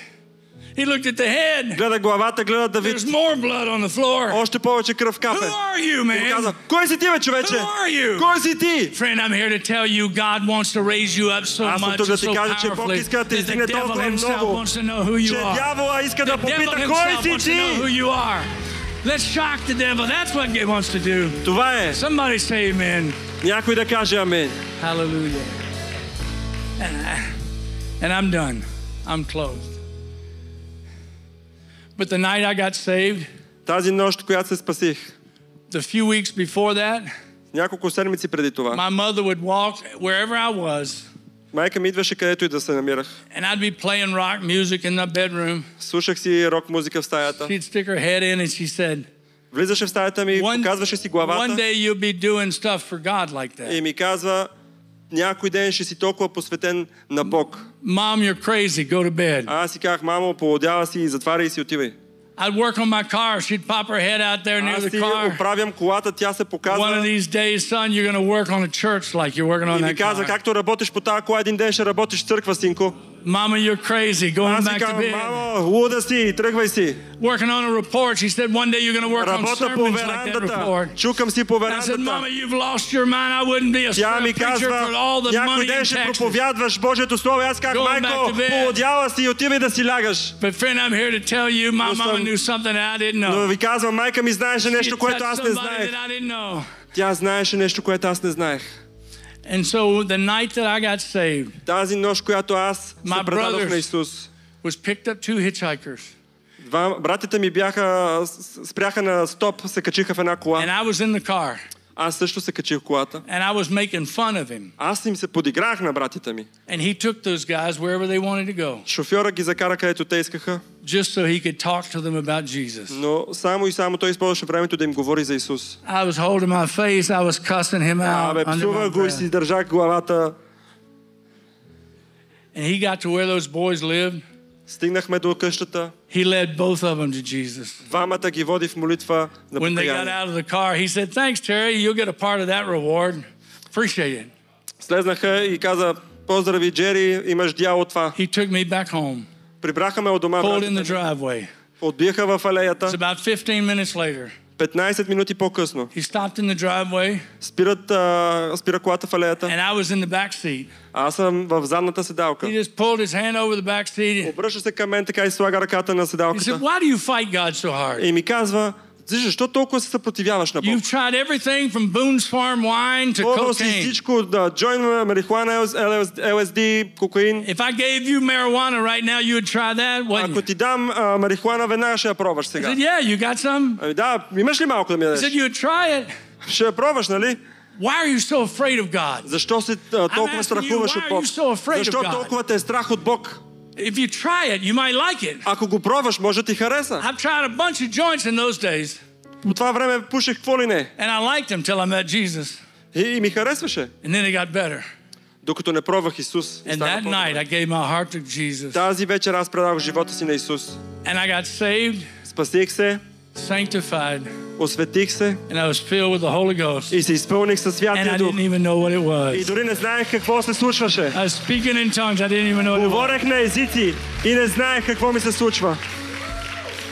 [SPEAKER 1] He looked at the head.
[SPEAKER 2] Гледа главата, гледа Давид.
[SPEAKER 1] There's more blood on the floor.
[SPEAKER 2] Още повече кръв
[SPEAKER 1] Who
[SPEAKER 2] капе.
[SPEAKER 1] are you,
[SPEAKER 2] Му каза,
[SPEAKER 1] man?
[SPEAKER 2] кой си ти, бе,
[SPEAKER 1] Who
[SPEAKER 2] човече?
[SPEAKER 1] are you?
[SPEAKER 2] Кой си ти?
[SPEAKER 1] Friend, I'm here to tell you God wants to raise you up Ah, so
[SPEAKER 2] Аз съм
[SPEAKER 1] much
[SPEAKER 2] тук да
[SPEAKER 1] and
[SPEAKER 2] ти
[SPEAKER 1] so
[SPEAKER 2] кажа, че Бог
[SPEAKER 1] powerfully
[SPEAKER 2] иска да те
[SPEAKER 1] that the
[SPEAKER 2] издигне
[SPEAKER 1] devil
[SPEAKER 2] толкова
[SPEAKER 1] himself
[SPEAKER 2] много,
[SPEAKER 1] wants to know who you
[SPEAKER 2] Че
[SPEAKER 1] are.
[SPEAKER 2] дявола иска да
[SPEAKER 1] The devil
[SPEAKER 2] попита, кой
[SPEAKER 1] himself
[SPEAKER 2] си
[SPEAKER 1] wants to know who
[SPEAKER 2] ти?
[SPEAKER 1] you are. Let's shock the devil. That's what he wants to do.
[SPEAKER 2] Това е.
[SPEAKER 1] Somebody say amen.
[SPEAKER 2] Някой да каже амин.
[SPEAKER 1] Hallelujah. And, I, and I'm done. I'm closed. But the night I got saved,
[SPEAKER 2] Тази нощ, която се спасих,
[SPEAKER 1] the few weeks before that,
[SPEAKER 2] няколко седмици преди това,
[SPEAKER 1] my mother would walk wherever I was,
[SPEAKER 2] майка ми идваше където и да се намирах.
[SPEAKER 1] and I'd be playing rock music in the bedroom.
[SPEAKER 2] Слушах си рок музика в стаята.
[SPEAKER 1] She'd stick her head in and she said,
[SPEAKER 2] Влизаше в стаята ми,
[SPEAKER 1] One,
[SPEAKER 2] показваше си
[SPEAKER 1] one
[SPEAKER 2] главата
[SPEAKER 1] day you'll be doing stuff for God like that.
[SPEAKER 2] и ми казва, някой ден ще си толкова посветен на Бог.
[SPEAKER 1] Mom, you're crazy. Go to bed.
[SPEAKER 2] А аз си казах, мамо, полудява си и затваря и си отивай.
[SPEAKER 1] I'd work on my car. She'd pop her head out there near
[SPEAKER 2] Аз
[SPEAKER 1] the
[SPEAKER 2] си
[SPEAKER 1] car.
[SPEAKER 2] оправям колата, тя се
[SPEAKER 1] One of
[SPEAKER 2] показва
[SPEAKER 1] these days, son, you're going to work on a church like you're working on
[SPEAKER 2] и ми
[SPEAKER 1] that
[SPEAKER 2] каза,
[SPEAKER 1] car.
[SPEAKER 2] както работиш по тази кола, един ден ще работиш в църква, синко.
[SPEAKER 1] Mama, you're crazy. Going
[SPEAKER 2] Аз си
[SPEAKER 1] back to
[SPEAKER 2] казвам,
[SPEAKER 1] bed.
[SPEAKER 2] мамо, луда си, тръгвай си.
[SPEAKER 1] Working on a report. She said one day you're going to work on
[SPEAKER 2] Работа по
[SPEAKER 1] sermons like that
[SPEAKER 2] верандата,
[SPEAKER 1] report.
[SPEAKER 2] чукам си по
[SPEAKER 1] And I said, Mama,
[SPEAKER 2] верандата.
[SPEAKER 1] you've lost your mind. I wouldn't be a
[SPEAKER 2] Тя ми
[SPEAKER 1] preacher for all
[SPEAKER 2] казва,
[SPEAKER 1] the
[SPEAKER 2] някой
[SPEAKER 1] money in
[SPEAKER 2] ден ще
[SPEAKER 1] Texas.
[SPEAKER 2] проповядваш Божието Слово. И Аз казах,
[SPEAKER 1] Going back
[SPEAKER 2] майко,
[SPEAKER 1] to bed.
[SPEAKER 2] полудяла си и отивай да си лягаш.
[SPEAKER 1] But friend, I'm here to tell you, my mama
[SPEAKER 2] Но съм-
[SPEAKER 1] knew something that I didn't
[SPEAKER 2] Но
[SPEAKER 1] know.
[SPEAKER 2] ви казвам, майка ми знаеше
[SPEAKER 1] She
[SPEAKER 2] нещо, което
[SPEAKER 1] touched
[SPEAKER 2] аз не
[SPEAKER 1] somebody
[SPEAKER 2] знаех.
[SPEAKER 1] that I didn't know.
[SPEAKER 2] Тя знаеше нещо, което аз не знаех.
[SPEAKER 1] And so the night that I got saved
[SPEAKER 2] Тази нощ, която аз
[SPEAKER 1] My
[SPEAKER 2] се предадох
[SPEAKER 1] brothers.
[SPEAKER 2] на Исус,
[SPEAKER 1] was picked up two hitchhikers.
[SPEAKER 2] два братята ми бяха, с- спряха на стоп, се качиха в една
[SPEAKER 1] And
[SPEAKER 2] кола.
[SPEAKER 1] I was in the car.
[SPEAKER 2] Аз също се качих в колата.
[SPEAKER 1] And I was making fun of him.
[SPEAKER 2] Аз им се подиграх на братята ми.
[SPEAKER 1] And he took those guys wherever they wanted to go,
[SPEAKER 2] Шофьора ги закара където те искаха,
[SPEAKER 1] just so he could talk to them about Jesus.
[SPEAKER 2] но само и само той използваше времето да им говори за Исус.
[SPEAKER 1] I was holding my face. I was cussing him out.
[SPEAKER 2] Абе,
[SPEAKER 1] under my
[SPEAKER 2] псувах го и
[SPEAKER 1] breath.
[SPEAKER 2] си държах главата.
[SPEAKER 1] And he got to where those boys lived.
[SPEAKER 2] Стигнахме до къщата.
[SPEAKER 1] He led both of them to Jesus.
[SPEAKER 2] Двамата ги води в молитва на
[SPEAKER 1] When they got
[SPEAKER 2] покаяние.
[SPEAKER 1] out of the car, he said, Thanks, Terry. You'll get a part of that reward. Appreciate it.
[SPEAKER 2] Слезнаха и каза, поздрави, Джери, имаш дял от това.
[SPEAKER 1] He took me back home,
[SPEAKER 2] Прибраха ме от дома,
[SPEAKER 1] pulled in
[SPEAKER 2] братята
[SPEAKER 1] the
[SPEAKER 2] ми.
[SPEAKER 1] driveway.
[SPEAKER 2] отбиеха в
[SPEAKER 1] It's
[SPEAKER 2] алеята.
[SPEAKER 1] about 15 minutes later.
[SPEAKER 2] 15 минути по-късно.
[SPEAKER 1] He stopped in the driveway,
[SPEAKER 2] Спират, а, спира колата в алеята.
[SPEAKER 1] and I was in the back seat.
[SPEAKER 2] Аз съм в задната
[SPEAKER 1] He
[SPEAKER 2] седалка.
[SPEAKER 1] just pulled his hand over the back seat.
[SPEAKER 2] Обръща се към мен така и слага ръката на
[SPEAKER 1] He said,
[SPEAKER 2] седалката.
[SPEAKER 1] Why do you fight God so hard?
[SPEAKER 2] И ми казва, «Ти защо толкова се съпротивяваш на Бог?
[SPEAKER 1] You've tried everything from Boone's Farm wine to
[SPEAKER 2] Пробвал си
[SPEAKER 1] cocaine.
[SPEAKER 2] всичко, да, джойн, марихуана, ЛСД, кокаин.
[SPEAKER 1] If I gave you marijuana right now, you would try that, wouldn't
[SPEAKER 2] Ако
[SPEAKER 1] you?
[SPEAKER 2] ти дам а, марихуана, веднага ще я пробваш
[SPEAKER 1] I
[SPEAKER 2] сега.
[SPEAKER 1] said, yeah, you got some?
[SPEAKER 2] Ами да, имаш ли малко да ми
[SPEAKER 1] I said,
[SPEAKER 2] дадеш?
[SPEAKER 1] you would try it.
[SPEAKER 2] Ще я пробваш, нали?
[SPEAKER 1] Why are you so afraid of God?
[SPEAKER 2] Защо се а,
[SPEAKER 1] asking you,
[SPEAKER 2] толкова страхуваш
[SPEAKER 1] why
[SPEAKER 2] от
[SPEAKER 1] are
[SPEAKER 2] Бог?
[SPEAKER 1] you so afraid of
[SPEAKER 2] Защо
[SPEAKER 1] God?
[SPEAKER 2] толкова те е страх от Бог?
[SPEAKER 1] If you try it, you might like it.
[SPEAKER 2] Ако го пробваш, може да ти хареса.
[SPEAKER 1] I've tried a bunch of joints in those days,
[SPEAKER 2] По това време пушех какво ли не.
[SPEAKER 1] and I liked them till I met Jesus,
[SPEAKER 2] И, и ми харесваше.
[SPEAKER 1] and then it got better.
[SPEAKER 2] Докато не пробвах Исус. И
[SPEAKER 1] And
[SPEAKER 2] стана
[SPEAKER 1] that
[SPEAKER 2] по-добре.
[SPEAKER 1] night, I gave my heart to Jesus,
[SPEAKER 2] Тази вечер аз предах живота си на Исус.
[SPEAKER 1] and I got saved,
[SPEAKER 2] Спасих се,
[SPEAKER 1] sanctified,
[SPEAKER 2] осветих се
[SPEAKER 1] and I was filled with the Holy Ghost,
[SPEAKER 2] и се изпълних със
[SPEAKER 1] and I
[SPEAKER 2] Святия Дух.
[SPEAKER 1] didn't even know what it
[SPEAKER 2] И
[SPEAKER 1] was.
[SPEAKER 2] дори не знаех какво се случваше.
[SPEAKER 1] I was speaking in tongues. I didn't even know what it was.
[SPEAKER 2] Говорех на езици и не знаех какво ми се случва.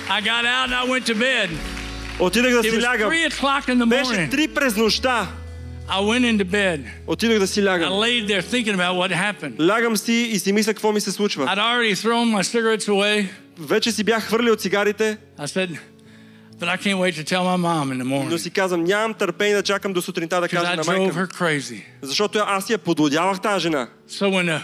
[SPEAKER 1] I got out and I went to bed.
[SPEAKER 2] Отидах да
[SPEAKER 1] It
[SPEAKER 2] си
[SPEAKER 1] was
[SPEAKER 2] лягам.
[SPEAKER 1] 3 o'clock in the
[SPEAKER 2] Беше
[SPEAKER 1] morning.
[SPEAKER 2] три през нощта.
[SPEAKER 1] I went into bed.
[SPEAKER 2] Отидох да си
[SPEAKER 1] I
[SPEAKER 2] лягам.
[SPEAKER 1] laid there thinking about what happened.
[SPEAKER 2] Лягам си и си мисля какво ми се случва.
[SPEAKER 1] I'd already thrown my cigarettes away.
[SPEAKER 2] Вече си бях хвърлил цигарите,
[SPEAKER 1] I said, but I can't wait to tell my mom in the morning
[SPEAKER 2] но си казвам, нямам търпение да чакам до сутринта да
[SPEAKER 1] because
[SPEAKER 2] кажа
[SPEAKER 1] I
[SPEAKER 2] на
[SPEAKER 1] drove
[SPEAKER 2] майка ми.
[SPEAKER 1] her crazy.
[SPEAKER 2] Защото аз я подлодявах тази жена.
[SPEAKER 1] So when uh,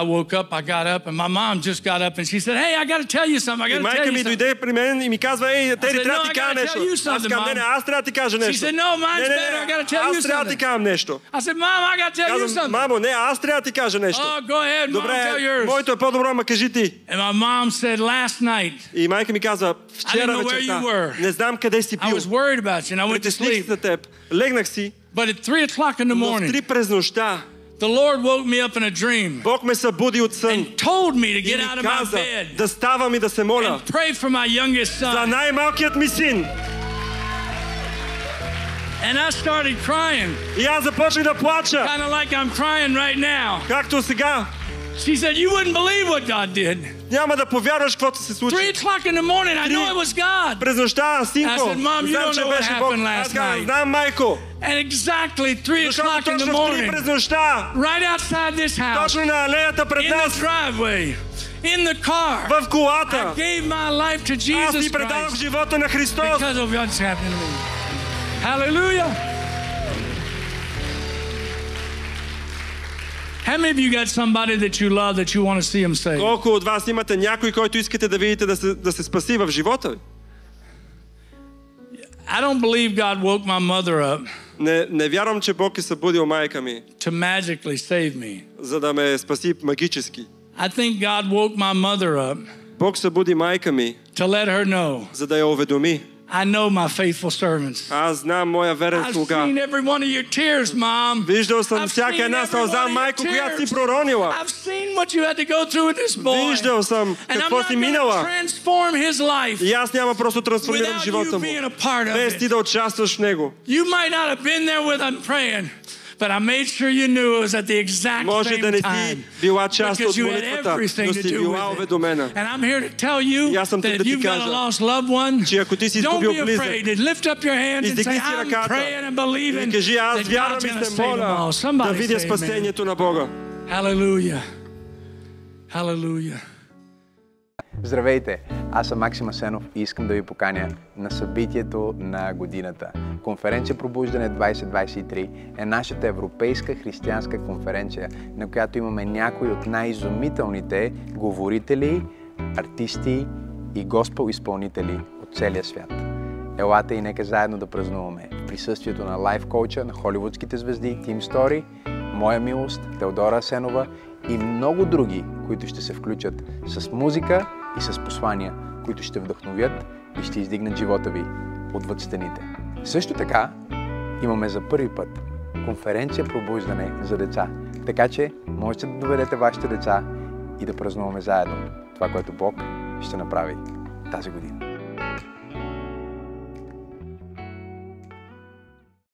[SPEAKER 1] I woke up, I got up, and my mom just got up and she said, Hey, I got to tell you something. I
[SPEAKER 2] И
[SPEAKER 1] got to tell
[SPEAKER 2] майка
[SPEAKER 1] you
[SPEAKER 2] ми
[SPEAKER 1] something.
[SPEAKER 2] дойде при мен и ми казва, ей,
[SPEAKER 1] said,
[SPEAKER 2] Тери, трябва
[SPEAKER 1] "No,
[SPEAKER 2] да
[SPEAKER 1] I
[SPEAKER 2] ти
[SPEAKER 1] gotta
[SPEAKER 2] кажа
[SPEAKER 1] tell you
[SPEAKER 2] нещо. Аз
[SPEAKER 1] something,
[SPEAKER 2] казвам, не, не,
[SPEAKER 1] Mom."
[SPEAKER 2] аз трябва да ти кажа нещо.
[SPEAKER 1] said, "No, mine's
[SPEAKER 2] не, не,
[SPEAKER 1] better. I
[SPEAKER 2] не,
[SPEAKER 1] gotta tell you
[SPEAKER 2] аз трябва да ти
[SPEAKER 1] something."
[SPEAKER 2] кажа нещо.
[SPEAKER 1] I said, Mom, I got to tell you
[SPEAKER 2] Казвам,
[SPEAKER 1] something.
[SPEAKER 2] мамо, не, аз трябва да ти кажа нещо.
[SPEAKER 1] Oh, go ahead, mom, tell
[SPEAKER 2] Добре,
[SPEAKER 1] yours.
[SPEAKER 2] моето е по-добро, ама кажи ти.
[SPEAKER 1] And my mom said, Last night,
[SPEAKER 2] И майка ми казва,
[SPEAKER 1] know
[SPEAKER 2] вчера
[SPEAKER 1] where you
[SPEAKER 2] вечерта,
[SPEAKER 1] were.
[SPEAKER 2] не знам къде си
[SPEAKER 1] I
[SPEAKER 2] бил.
[SPEAKER 1] was worried about you and I went to
[SPEAKER 2] Притесних се
[SPEAKER 1] sleep.
[SPEAKER 2] за теб. Легнах си,
[SPEAKER 1] But at 3 o'clock in the
[SPEAKER 2] но в
[SPEAKER 1] morning,
[SPEAKER 2] три през нощта
[SPEAKER 1] the Lord woke me up in a dream
[SPEAKER 2] Бог ме събуди от сън
[SPEAKER 1] and told me to
[SPEAKER 2] и
[SPEAKER 1] get out
[SPEAKER 2] ми
[SPEAKER 1] of my
[SPEAKER 2] каза
[SPEAKER 1] bed
[SPEAKER 2] да ставам и да се моля
[SPEAKER 1] and pray for my youngest
[SPEAKER 2] за
[SPEAKER 1] son.
[SPEAKER 2] най-малкият ми син.
[SPEAKER 1] And I started crying,
[SPEAKER 2] И аз започнах да плача,
[SPEAKER 1] kind of like I'm crying right now.
[SPEAKER 2] както сега.
[SPEAKER 1] She said, You wouldn't believe what God did.
[SPEAKER 2] Няма да повярваш каквото се
[SPEAKER 1] Three
[SPEAKER 2] случи.
[SPEAKER 1] o'clock in the morning, I knew it was God.
[SPEAKER 2] През нощта,
[SPEAKER 1] I
[SPEAKER 2] синко,
[SPEAKER 1] said, Mom, you
[SPEAKER 2] знам,
[SPEAKER 1] don't
[SPEAKER 2] че
[SPEAKER 1] know what
[SPEAKER 2] беше Бог.
[SPEAKER 1] happened
[SPEAKER 2] Аз
[SPEAKER 1] last
[SPEAKER 2] казвам,
[SPEAKER 1] night.
[SPEAKER 2] знам, майко.
[SPEAKER 1] And exactly three
[SPEAKER 2] Защото
[SPEAKER 1] o'clock in the
[SPEAKER 2] точно в три
[SPEAKER 1] morning,
[SPEAKER 2] през нощта,
[SPEAKER 1] right outside this house,
[SPEAKER 2] точно на алеята пред
[SPEAKER 1] in the
[SPEAKER 2] нас,
[SPEAKER 1] driveway, in the car,
[SPEAKER 2] в
[SPEAKER 1] I
[SPEAKER 2] колата,
[SPEAKER 1] gave my life to
[SPEAKER 2] аз ти
[SPEAKER 1] Jesus
[SPEAKER 2] предадох
[SPEAKER 1] Christ
[SPEAKER 2] живота на Христос.
[SPEAKER 1] because of what's happening to me. Hallelujah. How many of you got somebody that you love that you want to see them saved?
[SPEAKER 2] Колко от вас имате някой, който искате да видите да се, да се спаси в живота ви?
[SPEAKER 1] I don't believe God woke my mother up
[SPEAKER 2] Не, не вярвам, че Бог е събудил майка ми,
[SPEAKER 1] to magically save me.
[SPEAKER 2] за да ме спаси магически.
[SPEAKER 1] I think God woke my mother up
[SPEAKER 2] Бог събуди майка ми,
[SPEAKER 1] to let her know
[SPEAKER 2] за да я уведоми.
[SPEAKER 1] I know my faithful servants.
[SPEAKER 2] Аз знам моя верен
[SPEAKER 1] I've seen
[SPEAKER 2] слуга.
[SPEAKER 1] every one of your tears, Mom.
[SPEAKER 2] Виждал съм
[SPEAKER 1] I've
[SPEAKER 2] всяка
[SPEAKER 1] seen
[SPEAKER 2] една
[SPEAKER 1] every
[SPEAKER 2] сълза,
[SPEAKER 1] one of your
[SPEAKER 2] майко, която си
[SPEAKER 1] tears.
[SPEAKER 2] проронила.
[SPEAKER 1] I've seen what you had to go through with this boy.
[SPEAKER 2] Виждал съм
[SPEAKER 1] And I'm
[SPEAKER 2] какво
[SPEAKER 1] not
[SPEAKER 2] си
[SPEAKER 1] going to
[SPEAKER 2] минала.
[SPEAKER 1] transform his life
[SPEAKER 2] И аз няма просто трансформирам
[SPEAKER 1] without
[SPEAKER 2] живота
[SPEAKER 1] you
[SPEAKER 2] му.
[SPEAKER 1] being a part of
[SPEAKER 2] Без ти
[SPEAKER 1] it.
[SPEAKER 2] да участваш в него.
[SPEAKER 1] You might not have been there with I'm praying, but I made sure you knew it was at the exact
[SPEAKER 2] Може да
[SPEAKER 1] same
[SPEAKER 2] не
[SPEAKER 1] time.
[SPEAKER 2] си била част от
[SPEAKER 1] Because you had
[SPEAKER 2] молитвата,
[SPEAKER 1] everything
[SPEAKER 2] но
[SPEAKER 1] to
[SPEAKER 2] си
[SPEAKER 1] do
[SPEAKER 2] била
[SPEAKER 1] with it.
[SPEAKER 2] уведомена.
[SPEAKER 1] And I'm here to tell you
[SPEAKER 2] И аз съм тук
[SPEAKER 1] that
[SPEAKER 2] да
[SPEAKER 1] if
[SPEAKER 2] ти
[SPEAKER 1] you've got a
[SPEAKER 2] кажа,
[SPEAKER 1] lost loved one,
[SPEAKER 2] че ако ти си
[SPEAKER 1] don't
[SPEAKER 2] изгубил
[SPEAKER 1] be
[SPEAKER 2] близък,
[SPEAKER 1] afraid and lift up your hands and
[SPEAKER 2] издигни
[SPEAKER 1] say,
[SPEAKER 2] си
[SPEAKER 1] I'm
[SPEAKER 2] ръката
[SPEAKER 1] praying and believing
[SPEAKER 2] и кажи, аз
[SPEAKER 1] that
[SPEAKER 2] вярвам
[SPEAKER 1] God's
[SPEAKER 2] и
[SPEAKER 1] going to
[SPEAKER 2] се
[SPEAKER 1] save them
[SPEAKER 2] моля
[SPEAKER 1] all.
[SPEAKER 2] да
[SPEAKER 1] Somebody
[SPEAKER 2] видя
[SPEAKER 1] say amen.
[SPEAKER 2] спасението на Бога.
[SPEAKER 1] Hallelujah. Hallelujah.
[SPEAKER 3] Здравейте! Аз съм Максим Асенов и искам да ви поканя на събитието на годината. Конференция Пробуждане 2023 е нашата европейска християнска конференция, на която имаме някои от най-изумителните говорители, артисти и госпел изпълнители от целия свят. Елате и нека заедно да празнуваме в присъствието на лайф коуча на холивудските звезди Тим Стори, Моя милост, Теодора Асенова и много други, които ще се включат с музика и с послания, които ще вдъхновят и ще издигнат живота ви отвъд стените. Също така имаме за първи път конференция Пробуждане за деца, така че можете да доведете вашите деца и да празнуваме заедно това, което Бог ще направи тази година.